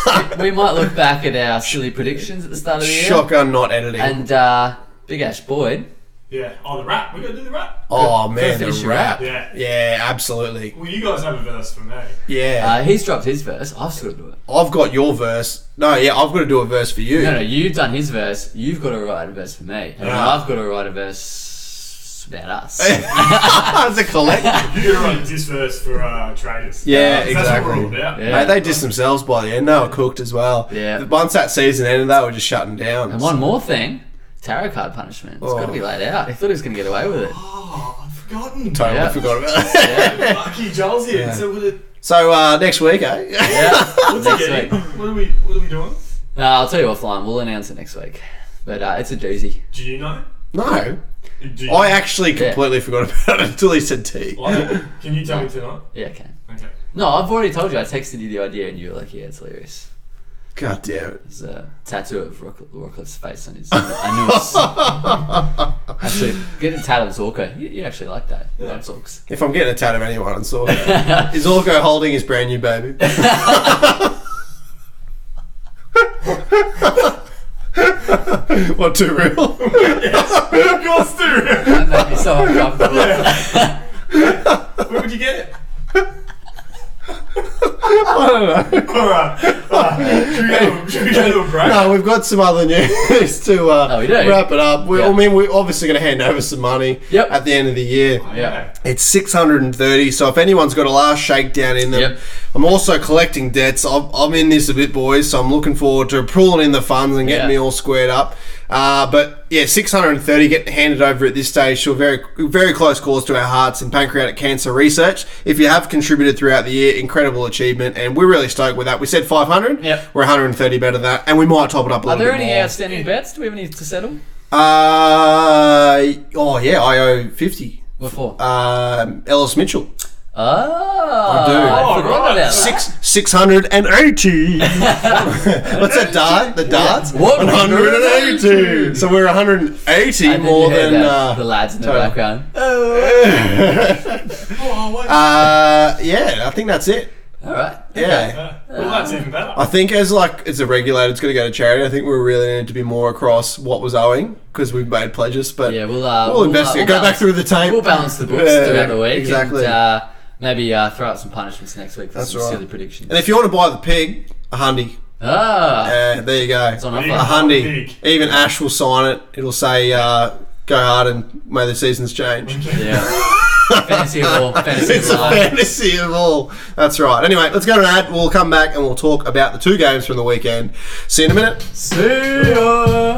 A: look. we might look back at our silly predictions at the start of the year.
C: Shotgun, not editing.
A: And uh, Big Ash Boyd.
B: Yeah. Oh, the rap. We gotta do the rap.
C: oh man,
A: finish
C: the
A: your
C: rap.
B: Yeah.
C: yeah, absolutely.
B: Well, you guys have a verse for me.
C: Yeah.
A: Uh, he's dropped his verse. I've still got to do it.
C: I've got your verse. No, yeah, I've got to do a verse for you.
A: No, no, you've done his verse. You've got to write a verse for me, and
C: Yeah.
A: I've got to write a verse about us.
C: As a collective.
B: You're gonna write this verse for uh, traders.
C: Yeah,
B: 'Cause That's what
C: exactly.
B: we're all about.
A: Yeah.
C: Mate, they dissed themselves by the end. They were cooked as well.
A: Yeah.
C: Once that season ended, they were just shutting down.
A: and one more thing, tarot card punishment. It's got to be laid out. He thought he was going to get away with it.
B: Oh, I've forgotten.
C: Totally
A: Yeah.
C: forgot about that.
B: Lucky Joel's here. So what are,
C: So uh, next week, eh?
A: Yeah.
B: what's he
A: Next
B: getting?
A: week.
B: What are we? What are we doing?
A: No, I'll tell you offline. We'll announce it next week. But uh, it's a doozy.
B: Do you know?
C: No.
B: Do you
C: I actually completely forgot about it until he said tea.
B: like it? Can you tell me tonight?
A: Yeah, okay.
B: Okay.
A: No, I've already told you. I texted you the idea, and you were like, "Yeah, it's hilarious."
C: God damn it.
A: There's a tattoo of Rock- Rockcliffe's face on his. I knew it's actually get a tattoo of Zorko. You, you actually like that? You Like Zorks.
C: If I'm getting a tat of anyone, it's Zorko. Is Zorko holding his brand new baby? what, too real?
B: of course, do.
A: That made me so uncomfortable.
B: Where would you get it?
C: I don't know.
B: All right. Uh, should, we go, should we go to a break?
C: No, we've got some other news to uh,
A: Oh, we do?
C: wrap it up. We, I
A: Yeah.
C: mean, we're obviously going to hand over some money
A: Yep. Oh,
C: at the end of the year.
A: Yeah.
C: It's 630, so if anyone's got a last shakedown in them,
A: Yep.
C: I'm also collecting debts. I'm, I'm in this a bit, boys, so I'm looking forward to pulling in the funds and getting
A: Yeah.
C: me all squared up. Uh, but yeah, 630 getting handed over at this stage to a very, very close cause to our hearts in pancreatic cancer research. If you have contributed throughout the year, incredible achievement, and we're really stoked with that. We said 500,
A: Yep.
C: we're 130 better than that, and we might top it up a
A: Are
C: little
A: there
C: bit
A: any
C: more.
A: outstanding bets? Do we have any to settle?
C: Uh, oh yeah, I owe 50.
A: What for?
C: Um, Ellis Mitchell.
A: oh, I
C: do.
A: I
B: Oh,
A: forgot
B: right.
A: about that.
C: Six six hundred and eighty. What's that dart? The darts?
A: What?
C: One hundred and eighty. So we're one hundred and
A: I
C: eighty
A: didn't
C: more
A: hear
C: than.
A: that.
C: Uh,
A: the lads in the
C: total.
A: background.
B: Oh, wait.
C: uh, yeah, I think that's it.
A: All right.
C: Yeah.
B: Uh, well, that's even better.
C: I think as like as a regulator, it's going to go to charity. I think we really need to be more across what was owing because we've made pledges. But
A: Yeah, we'll, uh,
C: we'll,
A: we'll, uh,
C: investigate.
A: we'll
C: go back
A: balance-
C: through the tape.
A: We'll balance the books
C: Yeah,
A: throughout the week.
C: exactly.
A: And, uh, maybe uh, throw out some punishments next week for
C: That's
A: some
C: right.
A: silly predictions.
C: and if you want to buy the pig, a hundy.
A: ah,
C: Uh, there you go.
A: it's on
C: A
A: offer.
B: Yeah.
C: hundy.
B: Big.
C: Even Ash will sign it. It'll say uh, go hard and may the seasons change.
A: Yeah. fantasy of all. Fantasy
C: It's
A: of
C: a
A: all.
C: fantasy of all. That's right. Anyway, let's go to an ad. We'll come back and we'll talk about the two games from the weekend. See you in a minute.
A: See ya.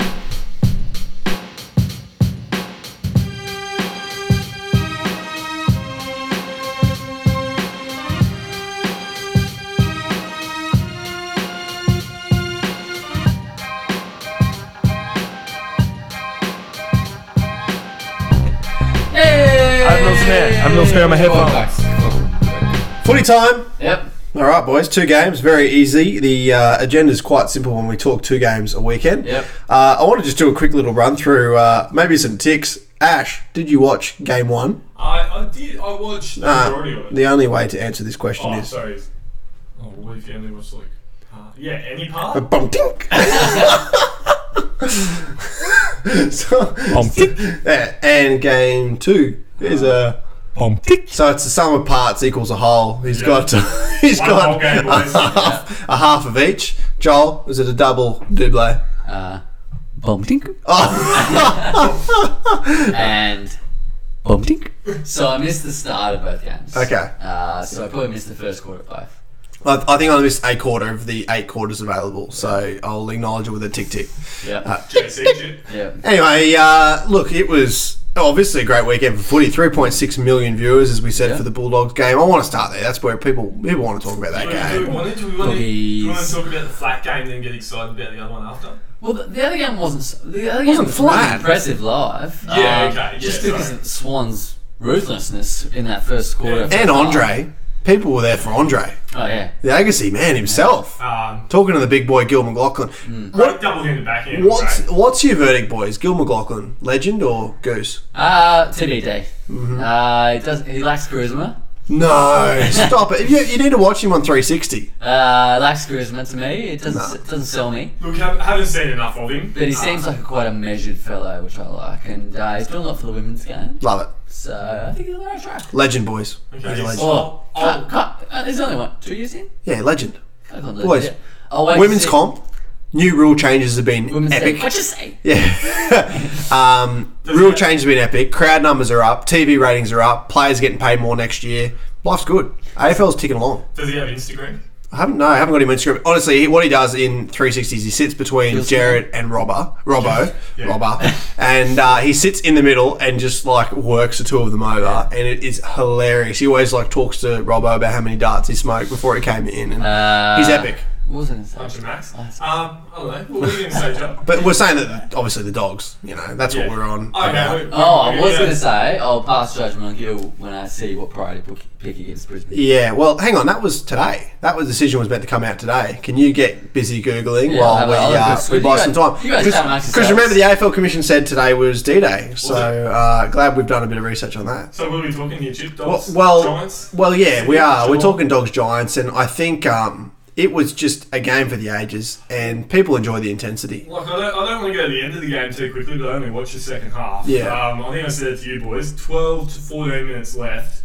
D: I'm Lil Snare. I'm Lil Snare on my headphones.
C: Footy time.
A: Yep.
C: All right, boys. Two games, very easy. The uh, agenda is quite simple when we talk two games a weekend.
A: Yep.
C: Uh, I want to just do a quick little run through, uh, maybe some ticks. Ash, did you watch game one?
B: I, I did. I watched the
C: Uh,
B: majority of it.
C: the only way to answer this question
B: oh,
C: is.
B: sorry. Oh, we've only watched like. part- Yeah, any part?
C: Bum, tink. so,
D: Pom tick,
C: yeah, and game two is a.
D: pom tick.
C: So it's the sum of parts equals a whole. He's
B: Yeah.
C: got he's
B: One
C: got
B: whole game,
C: a,
B: boys.
C: half, a half of each. Joel, is it a double double?
A: Uh, boom tink.
C: Oh,
A: And
D: Pom tick.
A: so I missed the start of both games.
C: okay.
A: Uh, so I probably missed the first quarter of both.
C: I, I think I missed a quarter of the eight quarters available, so I'll acknowledge it with a tick tick.
A: Yep.
B: JC shit.
A: yep.
C: Anyway, uh, look, it was obviously a great weekend for footy. 3.6 million viewers, as we said,
A: Yeah.
C: for the Bulldogs game. I want to start there. That's where people people want to talk about that
B: Do we
C: game.
B: want to, do we want to, do we want
A: Please.
B: to talk about the flat game then get excited about the other one after?
A: Well, the, the other game wasn't s- the other game
C: Wasn't
A: was
C: flat.
A: really impressive live. um,
B: Yeah, okay,
A: Just
B: yeah,
A: because
B: sorry.
A: of Swan's ruthlessness in that first quarter. of the
C: And
A: half.
C: Andre. People were there for Andre.
A: Oh yeah.
C: The Agassi man himself.
B: Um,
C: Talking to the big boy, Gil McLaughlin.
B: what? Double handed back end.
C: What's,
B: Right?
C: what's your verdict, boys? Gil McLaughlin, legend or goose?
A: Uh, TBD.
C: Mm-hmm.
A: Uh, it does. He lacks charisma.
C: No, stop it. You, you need to watch him on 360.
A: Uh, lacks charisma to me. It doesn't. It doesn't sell me.
B: Look, haven't, haven't seen enough of him.
A: But he seems like a quite a measured fellow, which I like. And uh, he's doing a lot for the women's game.
C: Love it.
A: So I think he's on the right track.
C: Legend, boys. He's a
B: Okay,
C: legend.
B: so-
A: Oh,
B: Oh.
A: cut, cut. Uh, there's only one. Two years in.
C: Yeah, legend.
A: I can't
C: Boys.
A: believe it. I'll wait to
C: Women's
A: see-
C: comp. New rule changes have been
A: Oh, Women's
C: epic.
A: What you say?
C: Yeah. um, real change has been epic. Crowd numbers are up. TV ratings are up. Players getting paid more next year. Life's good. AFL's ticking along.
B: Uh, Does he have Instagram?
C: I haven't. No, I haven't got him on Instagram. Honestly, he, what he does in 360s, he sits between
A: Feels
C: Jared and Robbo, Robbo,
B: Yeah.
C: Robbo, and uh, he sits in the middle and just like works the two of them over, and it is hilarious. He always like talks to Robbo about how many darts he smoked before he came in, and
A: Uh,
C: he's epic.
A: What was I gonna say?
B: Bunch of Max. Um, I don't know. What were you going to say, Joe?
C: But we're saying that obviously the dogs, you know, that's
B: Yeah.
C: what we're on. about.
B: Okay. we-
A: Oh, I
B: we-
A: was
B: yeah.
A: going to say, I'll pass judgment on Gil when I see what priority pick- pick against Brisbane.
C: Yeah, well, hang on. That was today. That was decision was meant to come out today. Can you get busy googling
A: Yeah,
C: while
A: I'll-
C: we,
A: I'll
C: uh,
A: just-
C: we buy
A: you
C: some
A: guys-
C: time?
A: you guys don't ask
C: Because remember, the AFL Commission said today was D-Day, so
B: it?
C: uh, glad we've done a bit of research on that.
B: So, what are we talking here, Chip?
C: Well,
B: Dogs?
C: well,
B: Giants?
C: well, yeah, we are. We're
B: Sure.
C: talking dogs giants, and I think um, it was just a game for the ages, and people enjoy the intensity.
B: Look, I don't, I don't want to go to the end of the game too quickly, but I only watched the second half.
C: Yeah.
B: Um, I think I said it to you boys 12 to 14 minutes left.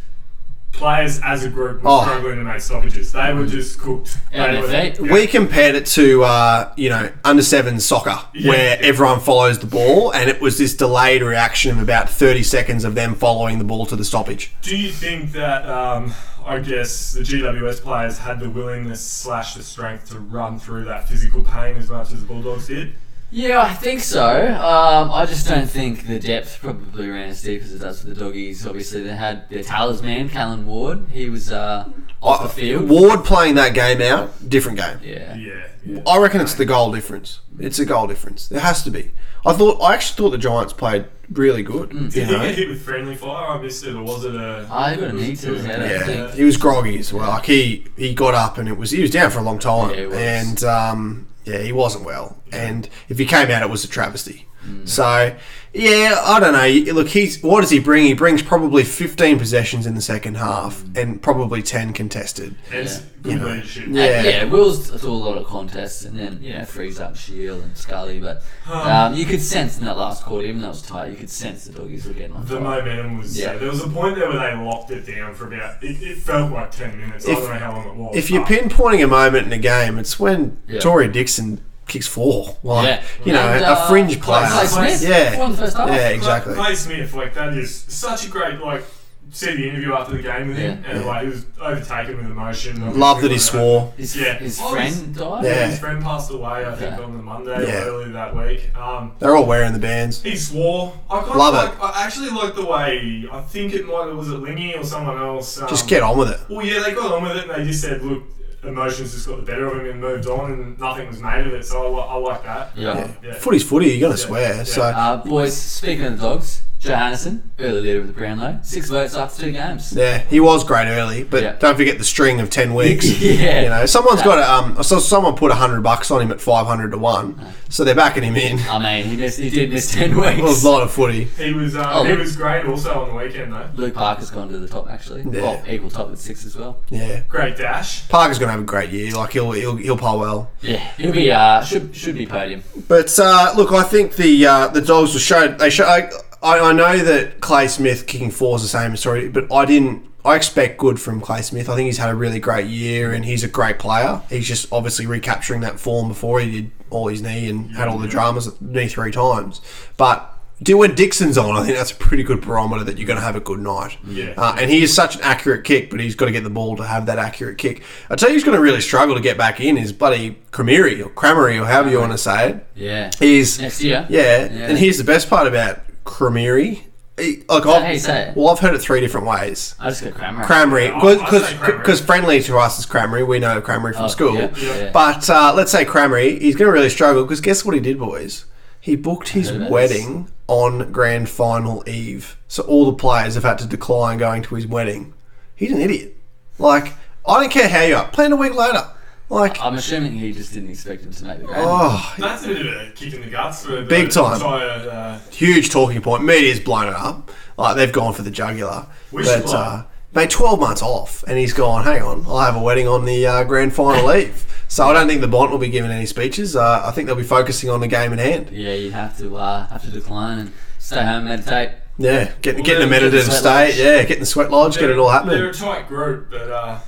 B: Players as a group were
C: Oh.
B: struggling to make stoppages. They were just cooked.
A: Out
B: They
A: of
B: were-
A: their feet.
C: We compared it to, uh, you know, under seven soccer,
B: Yeah.
C: where everyone follows the ball, and it was this delayed reaction of about 30 seconds of them following the ball to the stoppage.
B: Do you think that, um, I guess, the GWS players had the willingness slash the strength to run through that physical pain as much as the Bulldogs did?
A: Yeah, I think so. Um, I just don't think the depth probably ran as deep as it does for the doggies. Obviously, they had their talisman, Callan Ward. He was uh, off the field.
C: Ward playing that game out, different game.
A: yeah.
B: Yeah. yeah.
C: I reckon it's the goal difference. It's a goal difference. There has to be. I thought. I actually thought the Giants played really good. You
B: Did he get
C: know.
B: hit with friendly fire? I missed it, or was it a.
A: I got a knee to his head, I
C: Yeah,
A: think.
C: he was groggy as well. Like he, he got up and it was he was down for a long time,
A: Yeah, he was.
C: and um, yeah, he wasn't well. And if he came out, it was a travesty.
A: Mm.
C: So yeah, I don't know. Look, he's what does he bring? He brings probably 15 possessions in the second half and probably 10 contested.
B: Hence, good leadership.
C: Yeah.
A: And, yeah, Will's through a lot of contests and then, you know, frees up Shield and Scully. But um, you could sense in that last quarter, even though it was tight, you could sense the doggies were getting on
B: The
A: top.
B: momentum was
A: Yeah.
B: there was a point there where they locked it down for about it, it felt like ten minutes. I
C: If-
B: don't know how long it was.
C: If you're
B: but
C: pinpointing a moment in a game, it's when
A: Yeah.
C: Tory Dixon kicks four. Like,
A: Yeah.
C: you know,
A: And,
C: a
A: uh,
C: fringe player.
A: Clay Smith
C: Yeah.
A: won the first half.
C: Yeah, exactly.
B: Clay Smith, like that is such a great like. See the interview after the game with him,
A: Yeah.
B: and like he was overtaken with emotion.
C: Love that he swore.
A: His,
B: Yeah.
A: his
B: Oh,
A: friend died.
C: Yeah.
B: His friend passed away, I think,
A: Yeah.
B: on the Monday
C: Yeah.
B: or early that week. Um,
C: They're all wearing the bands.
B: he swore. I kind
C: Love
B: of like,
C: it.
B: I actually like the way. I think it might was it Lingy or someone else. Um,
C: Just get on with it.
B: Well, yeah, they got on with it, and they just said, look, emotions just got the better of him and moved on, and nothing was made of it. So I, li- I like that.
A: Yeah.
B: Um, yeah.
C: Footy's footy. You're gonna swear. So
A: Uh, boys, speaking of the dogs, Johannesson, early leader of the Brownlow, six votes after two games.
C: yeah, he was great early, but
A: Yeah.
C: don't forget the string of ten weeks.
A: Yeah.
C: You know, someone's got to, um. I saw someone put hundred bucks on him at five hundred to one,
A: Uh-huh.
C: so they're backing him in.
A: I mean, he, just, he did miss 10
C: It was
A: weeks.
C: a lot of footy.
B: He was uh,
A: Oh.
B: he was great also on the weekend though.
A: Luke Parker's gone to the top, actually.
C: Yeah.
A: Well, equal top with six as well.
C: Yeah,
B: Great dash.
C: Parker's gonna have a great year. Like he'll he'll he'll par well.
A: Yeah. He'll be, uh, should, should be podium.
C: But uh, look, I think the uh, the dogs were showed. They show. I, I I know that Clay Smith kicking four is the same story, but I didn't. I expect good from Clay Smith. I think he's had a really great year and he's a great player. He's just obviously recapturing that form before he did all his knee and had all the dramas at the knee three times. But do when Dixon's on, I think that's a pretty good barometer that you're going to have a good night.
B: Yeah.
C: Uh, and he is such an accurate kick, but he's got to get the ball to have that accurate kick. I tell you, who's going to really struggle to get back in is bloody Cremery or Cramery or however you want to say it.
A: Yeah.
C: Is
A: Next year.
C: yeah,
A: Yeah.
C: and here's the best part about Cremery. He- Like
A: how you
C: I've,
A: say it?
C: well, I've heard it three different ways.
A: I just got Cramer.
C: Cramery,
B: Yeah, I- I say Cramery.
C: because friendly to us is Cramery. We know Cramery from
A: Oh,
C: school.
A: yeah, yeah.
C: But uh, let's say Cramery, he's going to really struggle because guess what he did, boys? He booked his
A: heard about
C: wedding on grand final eve. So all the players have had to decline going to his wedding. He's an idiot. Like, I don't care how you are. Plan a week later. Like,
A: I'm assuming he just didn't expect him to make the grade.
C: oh,
B: That's a bit of a kick in the guts for the
C: Big time.
B: entire, uh,
C: huge talking point. Media's blown it up. Like they've gone for the jugular.
B: We should
C: but
B: lie.
C: uh, mate, twelve months off, and he's gone. Hang on, I'll have a wedding on the uh, grand final eve. So I don't think the Bond will be giving any speeches. Uh, I think they'll be focusing on the game in hand.
A: Yeah, you have to uh, have to decline and stay home, meditate.
C: Yeah, get,
B: Well, they're-
C: getting a
B: get the
C: meditative
A: sweat
C: state.
A: lodge.
C: Yeah, getting the sweat lodge. Get it all
B: They're a
C: happening.
B: tight group, but uh,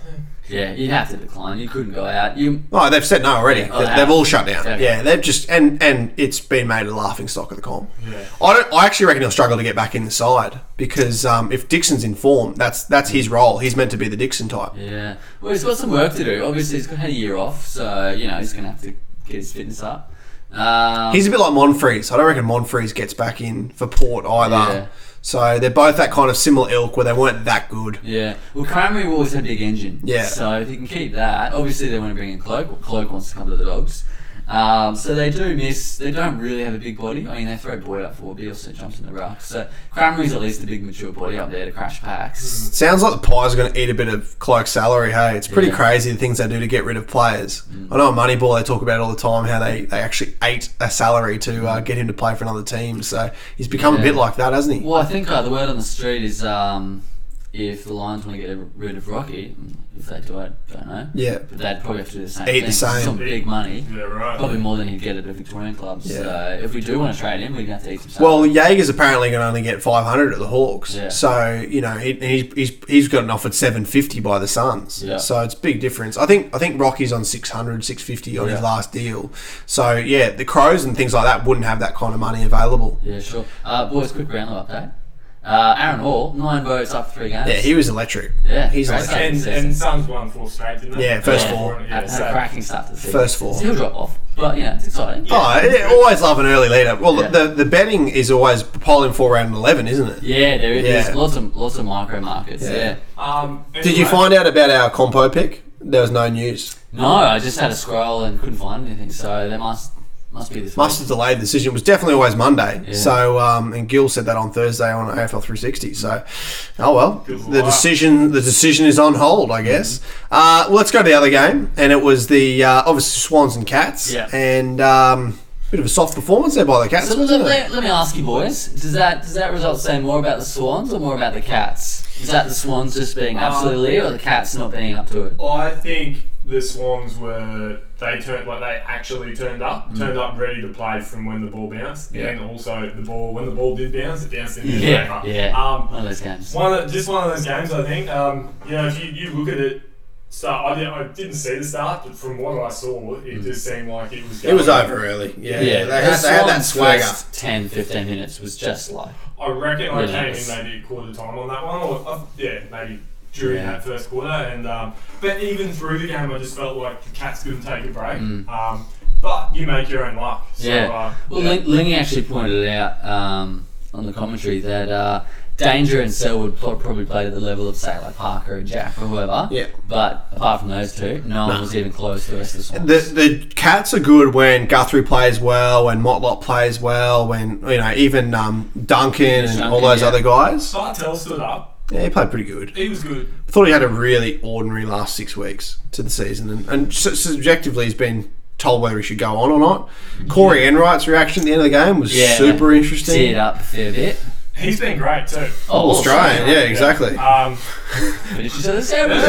A: Yeah, you'd have to decline. You couldn't go out. You
C: Oh, they've said no already.
A: Yeah, oh,
C: They-
A: they
C: they've
A: have.
C: all shut down.
A: Okay.
C: Yeah, they've just and and it's been made a laughing stock of the comp.
B: yeah.
C: I don't. I actually reckon he'll struggle to get back in the side because um, if Dixon's in form, that's that's his role. He's meant to be the Dixon type.
A: Yeah. Well, he's got some work to do. Obviously, he's got had a year off, so you know he's gonna have to get his fitness up. Um,
C: He's a bit like Monfries. I don't reckon Monfries gets back in for Port either.
A: Yeah.
C: So they're both that kind of similar ilk where they weren't that good.
A: yeah. Well, Cranberry always had a big engine.
C: Yeah.
A: So if he can keep that, obviously they want to bring in Cloak. Cloak wants to come to the Dogs. Um, so they do miss. They don't really have a big body. I mean, they throw Boyd up for, but he also jumps in the ruck. So Cranberry's at least a big mature body up there to crash packs.
C: Sounds like the Pies are going to eat a bit of Cloak's salary. Hey, it's pretty
A: Yeah. Mm.
C: crazy the things they do to get rid of players. I know on Moneyball they talk about it all the time how they, they actually ate a salary to uh, get him to play for another team. So he's become a
A: Yeah.
C: bit like that, hasn't he?
A: Well, I think uh, the word on the street is um, if the Lions want to get rid of Rocky, if they do, I don't know.
C: Yeah.
A: But they'd probably have to do the same
C: Eat the
A: thing.
C: same.
A: Some big money.
B: Yeah, right.
C: Oh,
A: Probably more than he'd get at a Victorian club. So if we do want to trade him, we'd have to eat some. salad.
C: Well, Jaeger's apparently going to only get 500 at the Hawks.
A: Yeah.
C: So, you know, he, he's, he's, he's gotten offered 750 by the Suns.
A: Yeah.
C: So it's a big difference. I think I think Rocky's on 600, 650 on his
A: Yeah.
C: last deal. So, yeah, the Crows and things like that wouldn't have that kind of money available.
A: yeah, sure. Uh, boys, quick Brownlow update. Uh, Aaron Hall, nine votes after three games.
C: Yeah, he was electric.
A: Yeah,
C: He's
A: great
C: like-
A: stuff
B: And
A: this season.
B: and Suns won four straight, didn't they?
C: Yeah, first
A: Yeah.
C: four.
A: Had-
B: Yeah,
A: had
B: so-
A: a cracking start to the season.
C: First four.
A: He'll drop off, but yeah, it's exciting.
C: Oh, yeah, always love an early leader. Well,
A: Yeah.
C: the, the betting is always polling for round 11, isn't it?
A: Yeah, there is
C: Yeah.
A: lots of lots of micro markets.
C: Yeah.
A: yeah.
B: Um,
C: Did you
B: anyway,
C: find out about our compo pick? There was no news.
A: No, I just had a scroll and couldn't find anything, so there must must be this.
C: Must
A: week.
C: have delayed the decision. It was definitely always Monday.
A: Yeah.
C: So, um, and Gil said that on Thursday on AFL 360. So, oh well,
B: Good
C: the
B: luck.
C: decision the decision is on hold, I guess.
E: Mm-hmm.
C: Uh, well, let's go to the other game, and it was the uh, obviously Swans and Cats,
A: Yeah.
C: and um, bit of a soft performance there by the Cats,
A: So let,
C: wasn't it?
A: let, let me ask you, boys. Does that does that result say more about the Swans or more about the Cats? Is that the Swans just being absolutely, or the Cats not being up to it?
B: I think the Swans were they turned like they actually turned up, turned up ready to play from when the ball bounced,
A: Yeah.
B: and also the ball when the ball did bounce, it bounced in their
A: Yeah,
B: favour.
A: yeah.
B: Um,
A: One of those games.
B: One of, just one of those games, I think. Um, you know, if you, you look at it, So I, did, I didn't see the start, but from what I saw, it just seemed like it was.
E: It was
B: going-
E: over early. Yeah,
A: Yeah,
E: they, had, they had that swagger.
A: First 10, 15 minutes was just like
B: I reckon I
A: Yeah,
B: came in
A: it's-
B: maybe a quarter time on that one, or uh, yeah, maybe during
A: Yeah.
B: that first quarter. And um, but even through the game, I just felt like the Cats couldn't take a break. Um, but you make your own luck. So,
A: Mm. Yeah.
B: Uh,
A: Well, Ling, Ling actually pointed it out um, on the commentary that uh, Danger and Selwood pro- probably played at the level of, say, like Parker and Jack or whoever.
C: Yeah.
A: But apart from those two, no one was even close to the rest of the Swans.
C: The the cats are good when Guthrie plays well, when Motlop plays well, when you know even um, Duncan and
A: Duncan,
C: all those
A: yeah.
C: other guys.
B: Sartell stood up.
C: Yeah, he played pretty good.
B: He was good.
C: I thought he had a really ordinary last six weeks to the season, and, and su- subjectively, he's been told whether he should go on or not. Corey Enright's reaction at the end of the game was
A: Yeah.
C: super interesting.
A: Teared up a fair bit.
B: He's been great too.
A: Oh,
C: Australian, yeah, exactly.
B: Um,
A: Finishes to the seventh.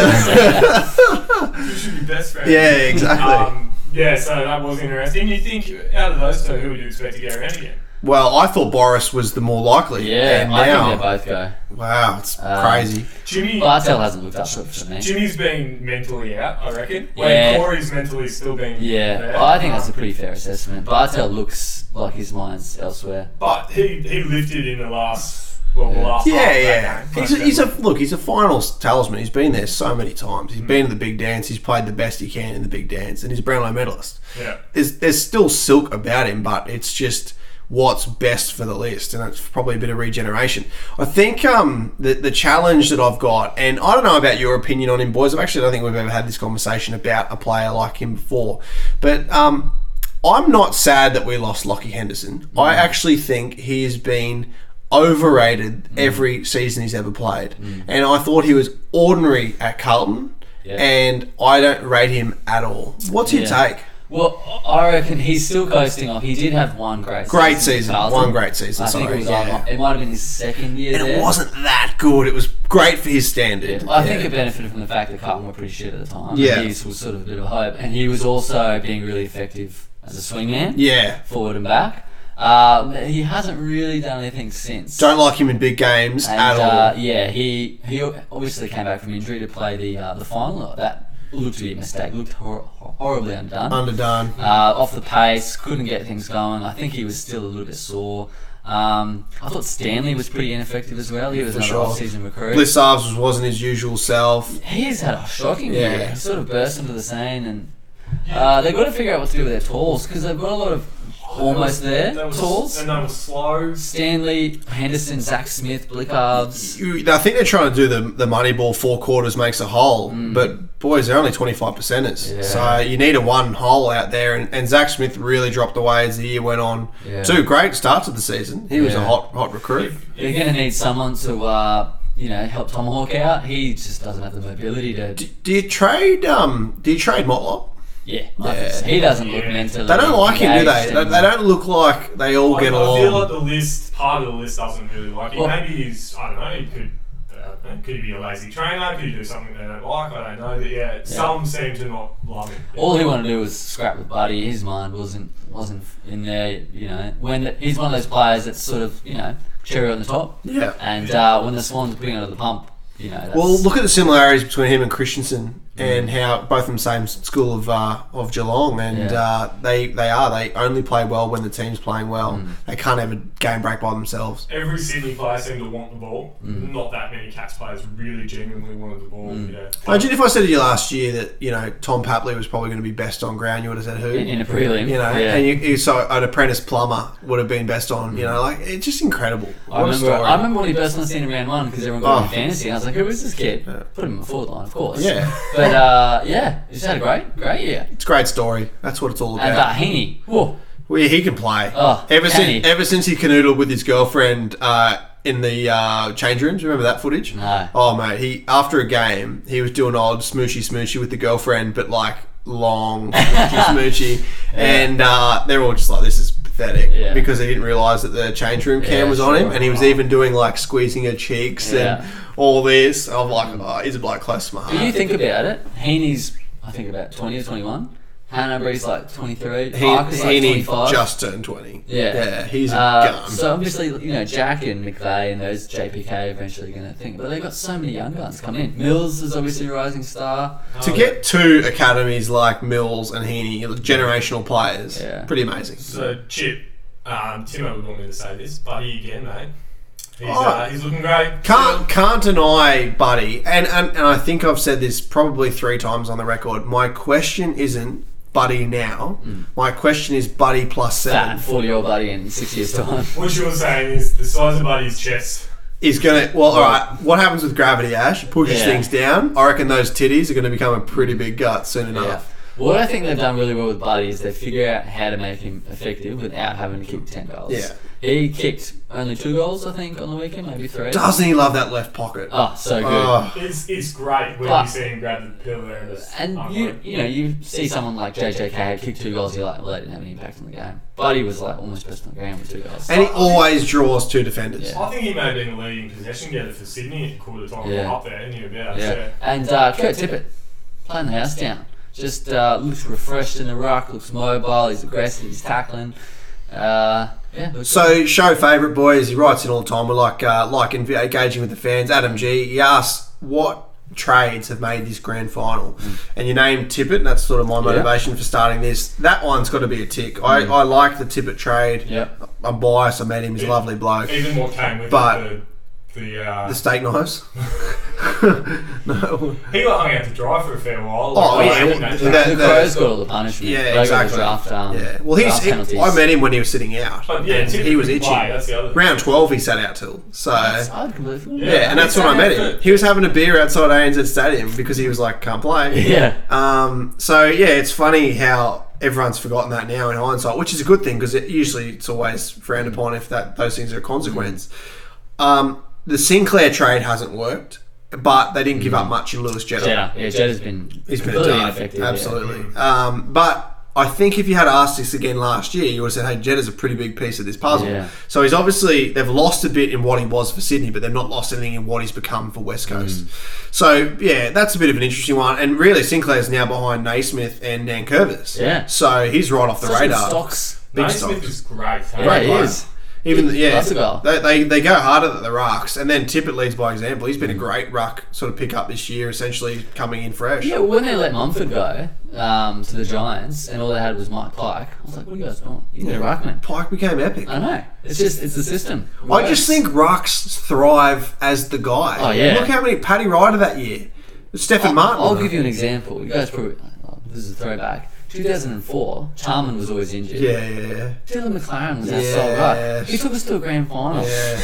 B: you should be best friends.
C: Yeah, exactly.
B: Um, yeah, so that was interesting. You think out of those two, who would you expect to get around again?
C: well, I thought Boris was the more likely.
A: yeah,
C: and
A: I
C: now,
A: think they both go.
C: wow, it's
A: Um,
C: crazy.
B: Jimmy
A: Bartel hasn't looked up to it for me.
B: Jimmy's been mentally out, I reckon.
A: Yeah.
B: When Corey's mentally still being
A: Yeah,
B: there.
A: I think that's a
B: Um,
A: pretty fair assessment. Bartel looks like his mind's elsewhere.
B: But he, he lifted in the last well the
A: Yeah.
B: last half
C: Yeah,
B: of
C: yeah.
B: that game.
C: He's a, he's a look. He's a finals talisman. He's been there so many times.
A: Mm.
C: He's been to the big dance. He's played the best he can in the big dance, and he's a Brownlow medalist.
B: yeah.
C: There's there's still silk about him, but it's just what's best for the list, and it's probably a bit of regeneration. I think um the the challenge that I've got, and I don't know about your opinion on him, boys. I actually don't think we've ever had this conversation about a player like him before, but um. I'm not sad that we lost Lockie Henderson.
A: Mm.
C: I actually think he has been overrated
A: Mm.
C: every season he's ever played. And I thought he was ordinary at Carlton,
A: Yeah.
C: and I don't rate him at all. What's your
A: Yeah.
C: take?
A: Well, I reckon he's still coasting off. He did have one great season.
C: Great
A: with
C: season.
A: Carlton.
C: One great season,
A: I think
C: sorry,
A: it was
C: yeah.
A: like, it might have been his second year
C: And
A: there.
C: it wasn't that good. It was great for his standard.
A: I think
C: Yeah.
A: it benefited from the fact that Carlton were pretty shit at the time.
C: Yeah.
A: He was sort of a bit of a hope. And he was also being really effective as a swingman,
C: yeah.
A: forward and back. Um, he hasn't really done anything since.
C: Don't like him in big games
A: and,
C: at all.
A: uh, yeah, he he obviously came back from injury to play the uh, the final. That looked to be a mistake. Looked hor- horribly undone.
C: Um, Underdone.
A: uh, off the pace, couldn't get things going. I think he was still a little bit sore. Um, I thought Stanley was pretty ineffective as well. He was another
C: sure.
A: off-season recruit.
C: Blissarves wasn't his usual self.
A: He's had a shocking
C: Yeah.
A: year. He sort of burst into the scene, and uh, they've got to figure out what to do with their tools because they've got a lot of almost there
B: That was,
A: tools.
B: And they were slow.
A: Stanley, Henderson, Zach Smith, Blickarves.
C: You- I think they're trying to do the, the money ball four quarters makes a hole, but boys, they're only 25 percenters.
A: Mm. Yeah.
C: So you need a one hole out there. And, and Zach Smith really dropped away as the year went on.
A: Yeah.
C: Two great starts of the season. He was a
A: Yeah.
C: hot hot recruit.
A: They're going to need someone to, uh, you know, help Tomahawk out. He just doesn't have the mobility to.
C: Do, do you trade um do you trade Motlop?
A: yeah, he doesn't look mentally.
C: They don't like him, do they?
A: Mm. engaged
C: they? They
A: anymore.
C: don't look like they all
B: I,
C: get
B: I feel like
C: along.
B: the list part of the list doesn't really like him.
A: Well-
B: Maybe he's I don't know, he could uh, could he be a lazy trainer? Could he do something they don't like? I don't know. But yeah, some seem to not love him.
A: All he wanted to do was scrap with Buddy. His mind wasn't wasn't in there, you know. When the, he's one of those players that's sort of you know cherry on the top,
C: Yeah.
A: and uh, when the Swans bring under the pump, you know. That's,
C: Well, look at the similarities between him and Christensen, and how both from the same s- school of uh, of Geelong, and
A: Yeah.
C: uh, they they are they only play well when the team's playing well.
A: Hmm.
C: They can't have a game break by themselves.
B: Every Sydney player seemed to want the ball.
A: Mm.
B: Not that many Cats players really genuinely wanted the ball. Yeah.
C: Imagine if I said to you last year that you know Tom Papley was probably going to be best on ground, you would have said who?
A: in, in a prelim,
C: you know,
A: yeah. Hmm.
C: and you, you so an apprentice plumber would have been best on. You know, like it's just incredible.
A: I
C: What a
A: remember,
C: story.
A: I remember when he burst on the scene in round one because everyone got him
C: Oh.
A: in fantasy, and I was like, "Who is this kid?" Put him in the forward line, of course.
C: Yeah.
A: But uh, yeah, he's had a great, great year.
C: it's a great story. That's what it's all about.
A: And uh, Heaney, whoa,
C: Well, yeah, he can play.
A: Oh,
C: ever
A: can
C: since
A: he?
C: ever since he canoodled with his girlfriend uh, in the uh, change rooms. Remember that footage?
A: No.
C: Oh mate, he after a game he was doing old smoochy smoochy with the girlfriend, but like long smoochy smoochy, and uh, they're all just like, "This is pathetic,"
A: Yeah.
C: because they didn't realise that the change room cam
A: Yeah,
C: was on him,
A: sure.
C: and he was even doing like squeezing her cheeks
A: Yeah.
C: and all this. I'm like, oh, he's a bloke close to my heart.
A: If you think about it, Heaney's, I think about 20 or 21. Hannah Bree's like 23.
C: He,
A: Parker's like
C: Heaney
A: 25.
C: just turned 20.
A: Yeah.
C: Yeah, he's a
A: Uh,
C: gun.
A: so obviously, you know, Jack and McVeigh and those JPK are eventually going to think, but they've got so many young guns coming in. Mills is obviously a rising star.
C: to get two academies like Mills and Heaney, generational players,
A: Yeah.
C: pretty amazing.
B: So Chip, um, Timo would want me to say this, but he again, mate. He's,
C: Oh.
B: uh, he's looking great.
C: Can't can't deny, buddy, and, and and I think I've said this probably three times on the record. My question isn't buddy now. My question is buddy plus
A: Mm. That
C: seven
A: 40 year old buddy in six years' time.
B: What you were saying is the size of Buddy's chest.
C: is gonna. Well, all right. What happens with gravity, Ash? It Pushes
A: Yeah.
C: things down. I reckon those titties are going to become a pretty big gut soon
A: Yeah.
C: enough.
A: What I think they've done really well with Buddy is they figure out how to make him effective without having to kick 10 goals.
C: Yeah.
A: He kicked only two goals, I think, on the weekend, maybe three.
C: Doesn't he love that left pocket?
A: Oh, so good.
C: Oh,
B: It's it's great when
A: But-
B: you see him grab the pillar and it's
A: And
B: I'm
A: you,
B: like,
A: you know, you see someone like JJK kick two goals, you're like, well, that didn't have any impact on the game. Buddy was like almost best on the game with two goals.
C: and he always draws two defenders.
A: Yeah.
B: I think he may have been the leading possession getter for Sydney at quarter time
A: Yeah.
B: up there, and you about
A: yeah. And uh, Kurt Tippett, playing the house down. Just uh, looks refreshed in the ruck, looks mobile, he's aggressive, he's tackling. Uh, yeah. looks-
C: So show favourite boys, he writes in all the time. We're like uh, like env- engaging with the fans. Adam G. He asks what trades have made this grand final, and you name Tippett, and that's sort of my motivation for starting this. That one's got to be a tick. I, I like the Tippett trade.
A: Yep.
C: I'm biased. I met him. He's a lovely bloke.
B: Even more came with
C: But-
B: the the, uh,
C: The steak knives. no.
B: he got hung out to dry for a fair while.
C: Oh,
B: Like,
C: yeah,
B: I didn't
C: well,
B: know
C: the-
B: that.
A: The
C: the-
A: Crows got all the punishment.
C: Yeah,
A: they got
C: exactly.
A: the draft, um,
C: Yeah. Well, he's.
A: draft
C: He,
A: penalties.
C: I met him when he was sitting out.
B: But Oh, yeah,
C: he was
B: itchy.
C: itching.
B: That's the other thing.
C: Round twelve, he sat out till. So.
A: I'd completely
B: Yeah.
C: Yeah, and that's when I met him. He was having a beer outside ANZ Stadium because he was like, can't play.
A: Yeah.
C: Um, so, yeah, it's funny how everyone's forgotten that now in hindsight, which is a good thing because it, usually it's always frowned upon if that those things are a consequence.
A: Mm.
C: Um, the Sinclair trade hasn't worked, but they didn't give up much in Lewis Jetta.
A: Jeddah. Mm. Yeah, Jeddah's been
C: He's been a
A: completely
C: dud,
A: ineffective, yeah.
C: absolutely. Um, but I think if you had asked this again last year, you would have said, "Hey, Jed is a pretty big piece of this puzzle."
A: Yeah.
C: So he's obviously they've lost a bit in what he was for Sydney, but they've not lost anything in what he's become for West Coast.
A: Mm.
C: So yeah, that's a bit of an interesting one. And really, Sinclair's now behind Naismith and Nankervis.
A: Yeah.
C: So he's right off the
A: Such good
C: radar.
A: Stocks.
C: Big
B: Naismith
C: stocks.
B: is great. hey?
A: Yeah, he
C: player.
A: is.
C: Even yeah,
A: That's a goal.
C: They, they they go harder than the rocks, and then Tippett leads by example. He's been
A: Mm.
C: a great ruck sort of pick up this year, essentially coming in fresh.
A: Yeah, when they let Mumford go um, to the Giants and all they had was Mike Pike, I was like, what are you guys doing? You need a ruckman.
C: Pike became epic.
A: I know. It's just, it's the system. It
C: I
A: works.
C: just think Rucks thrive as the guy.
A: Oh, yeah. Oh,
C: Look how many Paddy Ryder that year. Stephen Martin.
A: I'll give you an example. You guys probably, oh, this is a throwback. 2004, Charman was always injured.
C: Yeah, yeah,
A: Dylan McLaren was our
C: Yes.
A: sole ruck. He took us to a grand final.
C: yeah.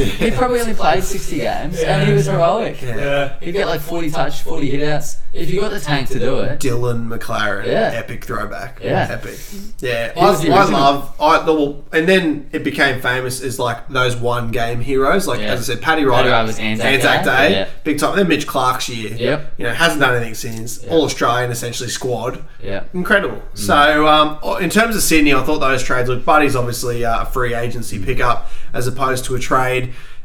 A: He probably only played 60 games and he was heroic.
B: Yeah.
A: He'd get like 40 touch, 40 hitouts. If you got the tank to do it,
C: Dylan McLaren.
A: Yeah.
C: Epic throwback.
A: Yeah.
C: Epic. Yeah.
A: He
C: I,
A: was the
C: I
A: original.
C: love I the well, and then it became famous as like those one game heroes. Like
A: Yeah.
C: as I said, Paddy Ryder.
A: Ryder was Anzac Day.
C: Day.
A: Yeah.
C: Big time. Then Mitch Clark's year.
A: Yep.
C: You know, hasn't done anything since. All Australian essentially squad.
A: yeah.
C: Incredible.
A: Mm.
C: So, um, in terms of Sydney, I thought those trades look. Buddy's obviously uh, a free
A: Mm.
C: agency pickup as opposed to a trade.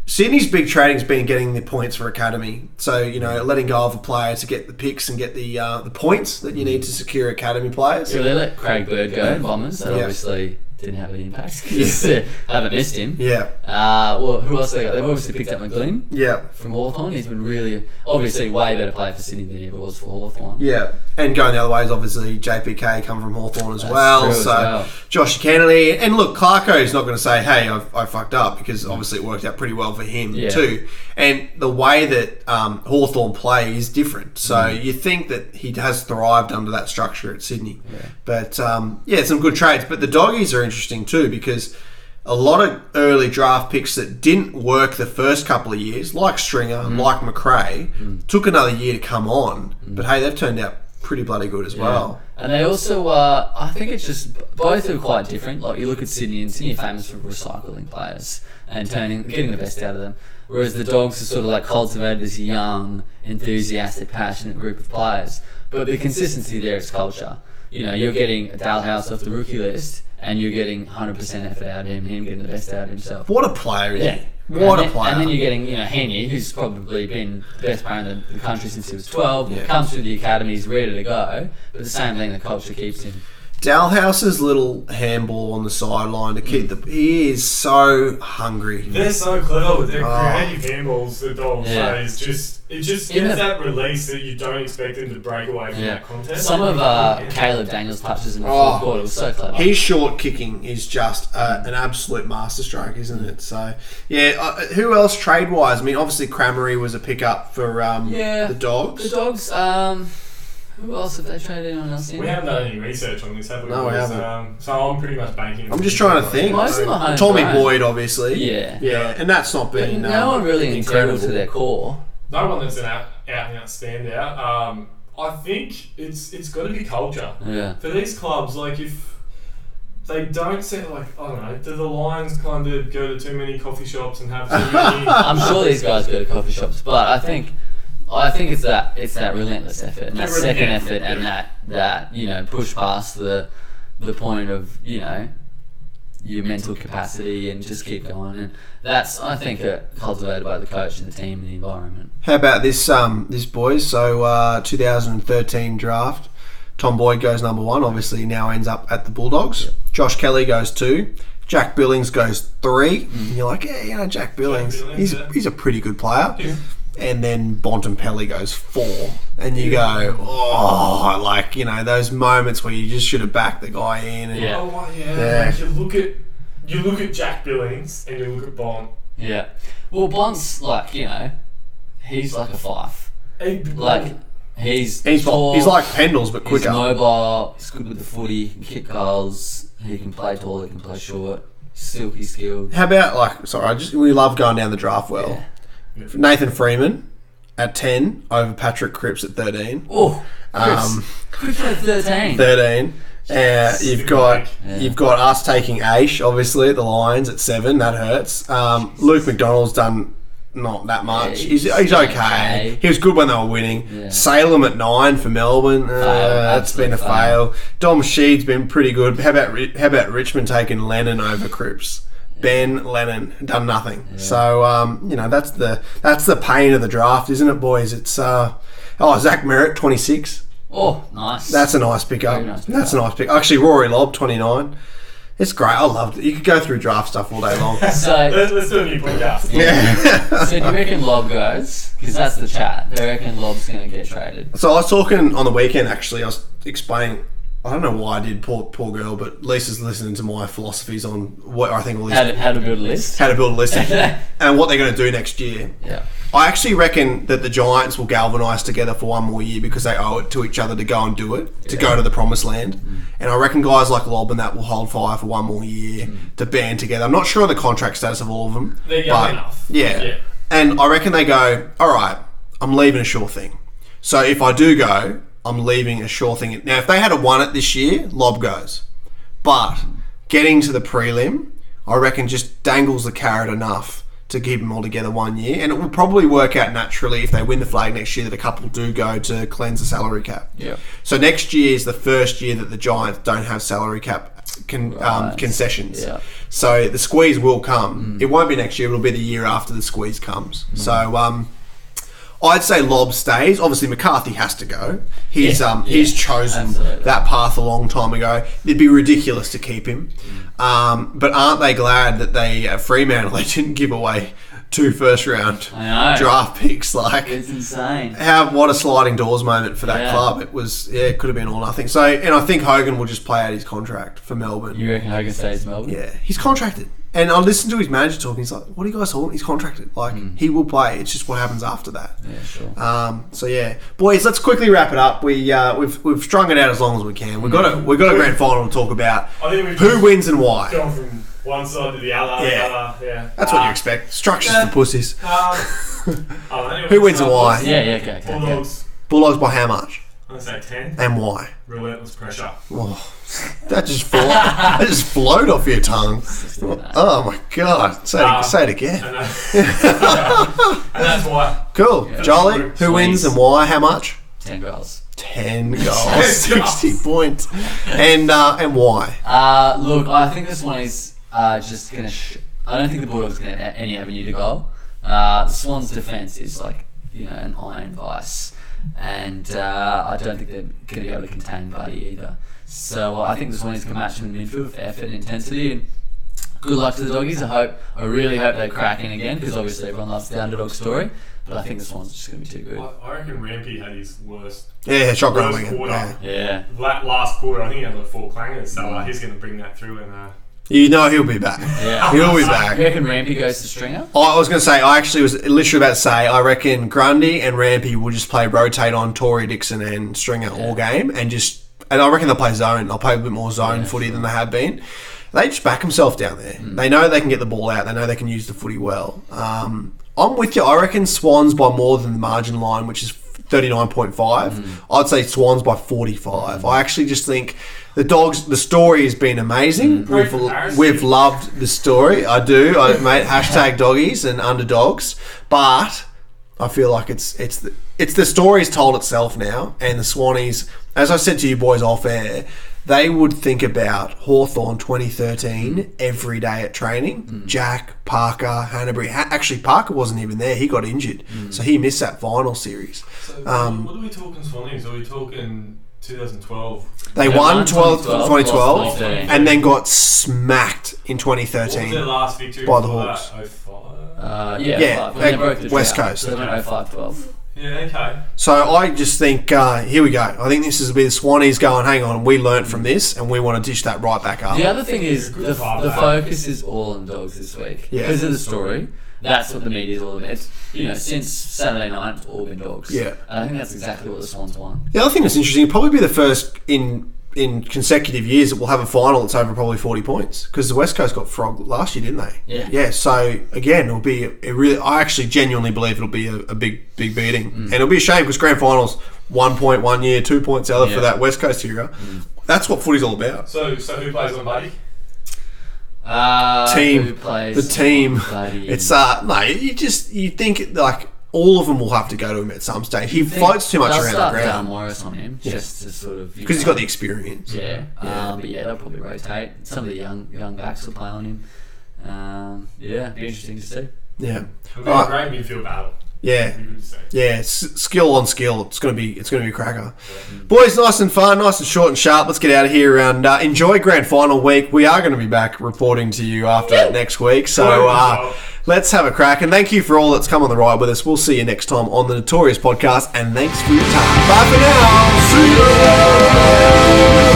C: Sydney's big trading's been getting the points for academy. So you know, letting go of a player to get the picks and get the uh, the points that you need to secure academy players.
A: So they let Craig Bird go, Bombers. That
C: Yeah.
A: obviously didn't have any impact because they haven't missed him.
C: Yeah,
A: Uh, well, who else they got? They've obviously picked up McGlynn
C: yeah,
A: from Hawthorn. He's been really, obviously, way better player for Sydney than he ever was for Hawthorn.
C: yeah. And going the other way is obviously JPK come from Hawthorn as well.
A: true as
C: So
A: well.
C: Josh Kennedy and look, Clarko's not going to say, "Hey, I've, I fucked up," because obviously it worked out pretty well for him
A: Mm. Yeah.
C: too. And the way that um, Hawthorn play is different, so
A: Mm.
C: you think that he has thrived under that structure at Sydney. But um, yeah, some good trades. But the doggies are interesting too because a lot of early draft picks that didn't work the first couple of years, like Stringer,
A: Mm.
C: like McRae, took another year to come on. But hey, they've turned out pretty bloody good as well.
A: And they also, uh, I think it's just both are quite different. Like you look at Sydney, and Sydney are famous for recycling players and turning, getting the best out of them. Whereas the Dogs are sort of like cultivated as a young, enthusiastic, passionate group of players. But the consistency there is culture. You know, you're getting Dalhouse off the rookie list, and you're getting 100% effort out of him, him getting the best out of himself.
C: What a player is
A: Yeah.
C: he?
A: and
C: What a
A: then,
C: player.
A: And then you're getting, you know, Henry, who's probably been the best player in the, the country since he was 12, comes through the academy, he's ready to go, but the same thing, the culture keeps him.
C: Dalhouse's little handball on the sideline to keep the. He is so hungry.
B: They're so clever with their
C: Oh.
B: creative handles that they'll
A: Yeah.
B: play. It's just it just
A: In
B: gets
A: the-
B: that release that you don't expect them to break away from
A: Yeah.
B: that contest.
A: Some of uh,
B: Yeah.
A: Caleb Daniels' touches in the
C: Oh.
A: fourth quarter was so clever.
C: His short kicking is just uh, an absolute masterstroke, isn't it? So, yeah. Uh, who else trade wise? I mean, obviously Cramery was a pickup for um,
A: Yeah.
C: the dogs.
A: the dogs, um, who else have they traded anyone else in?
B: we haven't done any research on this, have we?
C: No, we
B: boys?
C: haven't.
B: Um, so I'm pretty much banking.
C: I'm just trying to think.
A: Most of them are
C: Tommy
A: homegrown.
C: Boyd, obviously.
A: Yeah.
C: Yeah, and that's not
A: But
C: been.
A: no
C: um,
A: one really integral
C: incredible.
A: to their core.
B: No one that's an out out and out standout. Um, I think it's it's got to be culture.
A: Yeah.
B: for these clubs, like if they don't say like I don't know, do the Lions kind of go to too many coffee shops and have too many?
A: I'm sure these guys go to coffee shops, but I think I think it's that it's that relentless effort and that
B: Really,
A: second
B: yeah.
A: effort and that that you know push past the the point of you know your mental capacity and just keep going and that's I think uh, cultivated by the coach and the team and the environment.
C: How about this, um, this boys? So, uh, 2013 draft. Tom Boyd goes number one. Obviously, now ends up at the Bulldogs. Josh Kelly goes two. Jack Billings goes three. And you're like, yeah, you know, Jack Billings.
B: Billings,
C: he's
B: yeah.
C: he's a pretty good player. And then Bontempelli goes four, and you go, oh, like you know those moments where you just should have backed the guy in. And
A: Yeah.
B: Oh wow, yeah,
C: Yeah.
B: Like you look at you look at Jack Billings and you look at Bond.
A: Yeah. Well, Bond's like you know he's like a five. Like he's
C: he's
A: tall,
C: he's like Pendles but
A: He's
C: quicker.
A: mobile. He's good with the footy. He can kick goals. He can play tall. He can play short. Silky skilled.
C: How about like sorry, I just we love going down the draft well. Nathan Freeman at ten over Patrick Cripps at thirteen.
A: Oh, Chris,
C: Um,
A: quick at thirteen.
C: Thirteen. Uh, you've got
A: Yeah.
C: you've got us taking Aish, obviously at the Lions at seven. That hurts. Um, Luke McDonald's done not that much.
A: Yeah,
C: he's,
A: he's
C: he's
A: done
C: okay.
A: okay.
C: He was good when they were winning.
A: Yeah.
C: Salem at nine for Melbourne. Uh, that's been a
A: absolute fail.
C: fail. Dom Sheed's been pretty good. How about Ri- how about Richmond taking Lennon over Cripps? Ben Lennon done nothing. So um, you know that's the that's the pain of the draft, isn't it, boys? It's uh, oh Zach Merritt twenty six.
A: oh, nice.
C: That's a nice pickup.
A: Very nice pickup.
C: That's a nice pick. Actually, Rory Lobb, 29. It's great. I loved it. You could go through draft stuff all day long.
A: so.
B: let's, let's do a new podcast.
C: yeah.
A: So do you reckon Lob goes? Because that's the chat. They reckon Lob's gonna get traded.
C: so I was talking on the weekend, actually. I was explaining. I don't know why I did poor, poor girl, but Lisa's listening to my philosophies on what I think all these
A: How to, how to build a list?
C: how to build a list and what they're going to do next year.
A: Yeah.
C: I actually reckon that the Giants will galvanise together for one more year because they owe it to each other to go and do it, to go to the promised land. And I reckon guys like Lob and that will hold fire for one more year to band together. I'm not sure of the contract status of all of them.
B: They're young
C: but-
B: enough.
C: Yeah.
B: Yeah.
C: And I reckon they go, all right, I'm leaving a sure thing. So if I do go, I'm leaving a sure thing. Now, if they had a won it this year, Lob goes. But getting to the prelim, I reckon just dangles the carrot enough to keep them all together one year. And it will probably work out naturally if they win the flag next year that a couple do go to cleanse the salary cap.
A: Yeah.
C: So next year is the first year that the Giants don't have salary cap con- um, concessions.
A: Yeah.
C: So the squeeze will come. It won't be next year. It'll be the year after the squeeze comes.
A: Mm.
C: So um, I'd say Lob stays. Obviously McCarthy has to go. He's
A: Yeah,
C: um,
A: yeah,
C: he's chosen
A: absolutely.
C: that path a long time ago. It'd be ridiculous to keep him. Um, but aren't they glad that they at Fremantle they didn't give away two first round
A: I know.
C: draft picks? Like
A: It's insane.
C: how what a sliding doors moment for that
A: Yeah.
C: club. It was yeah, it could have been all nothing. So and I think Hogan will just play out his contract for Melbourne.
A: You reckon Hogan stays Melbourne?
C: Yeah, he's contracted. And I listened to his manager talking. He's like, "What do you guys talking? He's contracted. Like
A: Hmm.
C: he will play. It's just what happens after that."
A: Yeah, sure.
C: Um, so yeah, boys, let's quickly wrap it up. We uh, we've we've strung it out as long as we can. We've got a we've got a grand final to talk about.
B: I think we've
C: Who
B: just
C: wins and why?
B: gone from one side to the other.
C: Yeah.
B: The other. Yeah.
C: That's what you expect. Structures for pussies.
B: Um, I don't know, anyway,
C: Who wins and
B: so-
C: why?
A: Yeah, yeah, okay, okay. okay.
B: Bulldogs.
C: Bulldogs by how much
B: I'm gonna say ten.
C: and why?
B: Relentless pressure.
C: Oh, that just flo- that just flowed off your tongue. Oh my god! Say it, say it again.
B: And, that- and that's why.
C: Cool, Jolly. Who wins and why? How much?
A: Ten goals.
C: Ten goals, sixty points, and uh, and why?
A: Uh, look, I think this one is uh, just gonna sh- I don't think the Bulldogs can have any avenue to goal. Uh, Swans' defence is like you know an iron vice, and uh, I don't think they're going to be able to contain Buddy either. So uh, I think the Swans can match him in midfield for effort and intensity. And good luck to the doggies. I hope, I really hope they crack in again because obviously everyone loves the underdog story. But I think the Swans are just going to be too good.
B: I, I reckon Rampy had his worst
C: Yeah, shot
B: Worst
C: growling.
B: quarter.
C: Yeah.
A: Yeah.
B: that last quarter. I think he had like four clangers, so uh, he's going to bring that through. And uh,
C: You know he'll be back.
A: Yeah.
C: He'll be
A: You
C: back.
A: reckon Rampy goes to Stringer?
C: I was going to say, I actually was literally about to say, I reckon Grundy and Rampy will just play rotate on Tory Dixon and Stringer all game and just, and I reckon they'll play zone. They'll play a bit more zone footy than they have been. They just back themselves down there. They know they can get the ball out. They know they can use the footy well. Um, I'm with you. I reckon Swans by more than the margin line, which is 39.5. I'd say Swans by 45. I actually just think the dogs, the story has been amazing. We've,
B: comparison.
C: we've loved the story. I do, I, mate. Hashtag doggies and underdogs. But I feel like it's it's the, it's the story's told itself now, and the Swannies, as I said to you boys off air, they would think about Hawthorn 2013 every day at training. Jack Parker, Hanbury. Ha- actually, Parker wasn't even there. He got injured, so he missed that final series.
B: so
C: Um,
B: what are we talking Swannies? Are we talking 2012?
C: They
A: They
C: won
A: won
C: 12,
A: 2012,
C: 2012
A: lost 2013.
C: and then got smacked in
B: What was their
C: 2013.
B: last victory?
C: By the
B: before
C: Hawks.
B: that? Oh, 05?
A: Uh, yeah,
C: Yeah,
A: five. When
C: like
A: they broke the
C: West
A: drought.
C: Coast.
A: So they went 05 12.
B: Yeah, okay.
C: So I just think uh, here we go. I think this is where the Swannies going. Hang on, we learnt from this, and we want to dish that right back up.
A: The other thing is, the,
B: Good part
A: the
B: of that.
A: focus is all on dogs this week.
C: Yeah.
A: Because of the story. That's what the media's all about. It's, you know, since Saturday night, it's all been dogs.
C: Yeah.
A: And I think that's exactly what the Swans won.
C: The other thing that's interesting, it'll probably be the first in in consecutive years that we'll have a final that's over probably 40 points because the West Coast got frog last year, didn't they?
A: Yeah.
C: Yeah. So again, it'll be a really. I actually genuinely believe it'll be a, a big big beating,
A: Mm.
C: and it'll be a shame because grand finals one point one year, two points out for
A: Yeah. Mm.
C: that West Coast era. That's what footy's all about.
B: So, so who plays on Buddy?
A: Uh,
C: Team.
A: Who plays
C: The team.
A: Bloody-
C: It's uh no, you just you think like all of them will have to go to him at some stage. He
A: I think
C: floats too much
A: they'll
C: around the
A: start Dan
C: ground
A: Morris on him just to sort of
C: because he's got the experience.
A: yeah. Um, but yeah, they'll probably rotate. Some of the young young backs will play on him. Um, yeah, be interesting to see.
C: Yeah,
B: It'll be
C: Alright.
B: a great midfield battle.
C: yeah.
B: It'll be good to see.
C: Yeah, s- skill on skill. It's gonna be it's gonna be a cracker. Boys, nice and fun, nice and short and sharp. Let's get out of here and uh, enjoy grand final week. We are gonna be back reporting to you after next week. So uh, let's have a crack and thank you for all that's come on the ride with us. We'll see you next time on the Notorious Podcast and thanks for your time. Bye for now. See ya.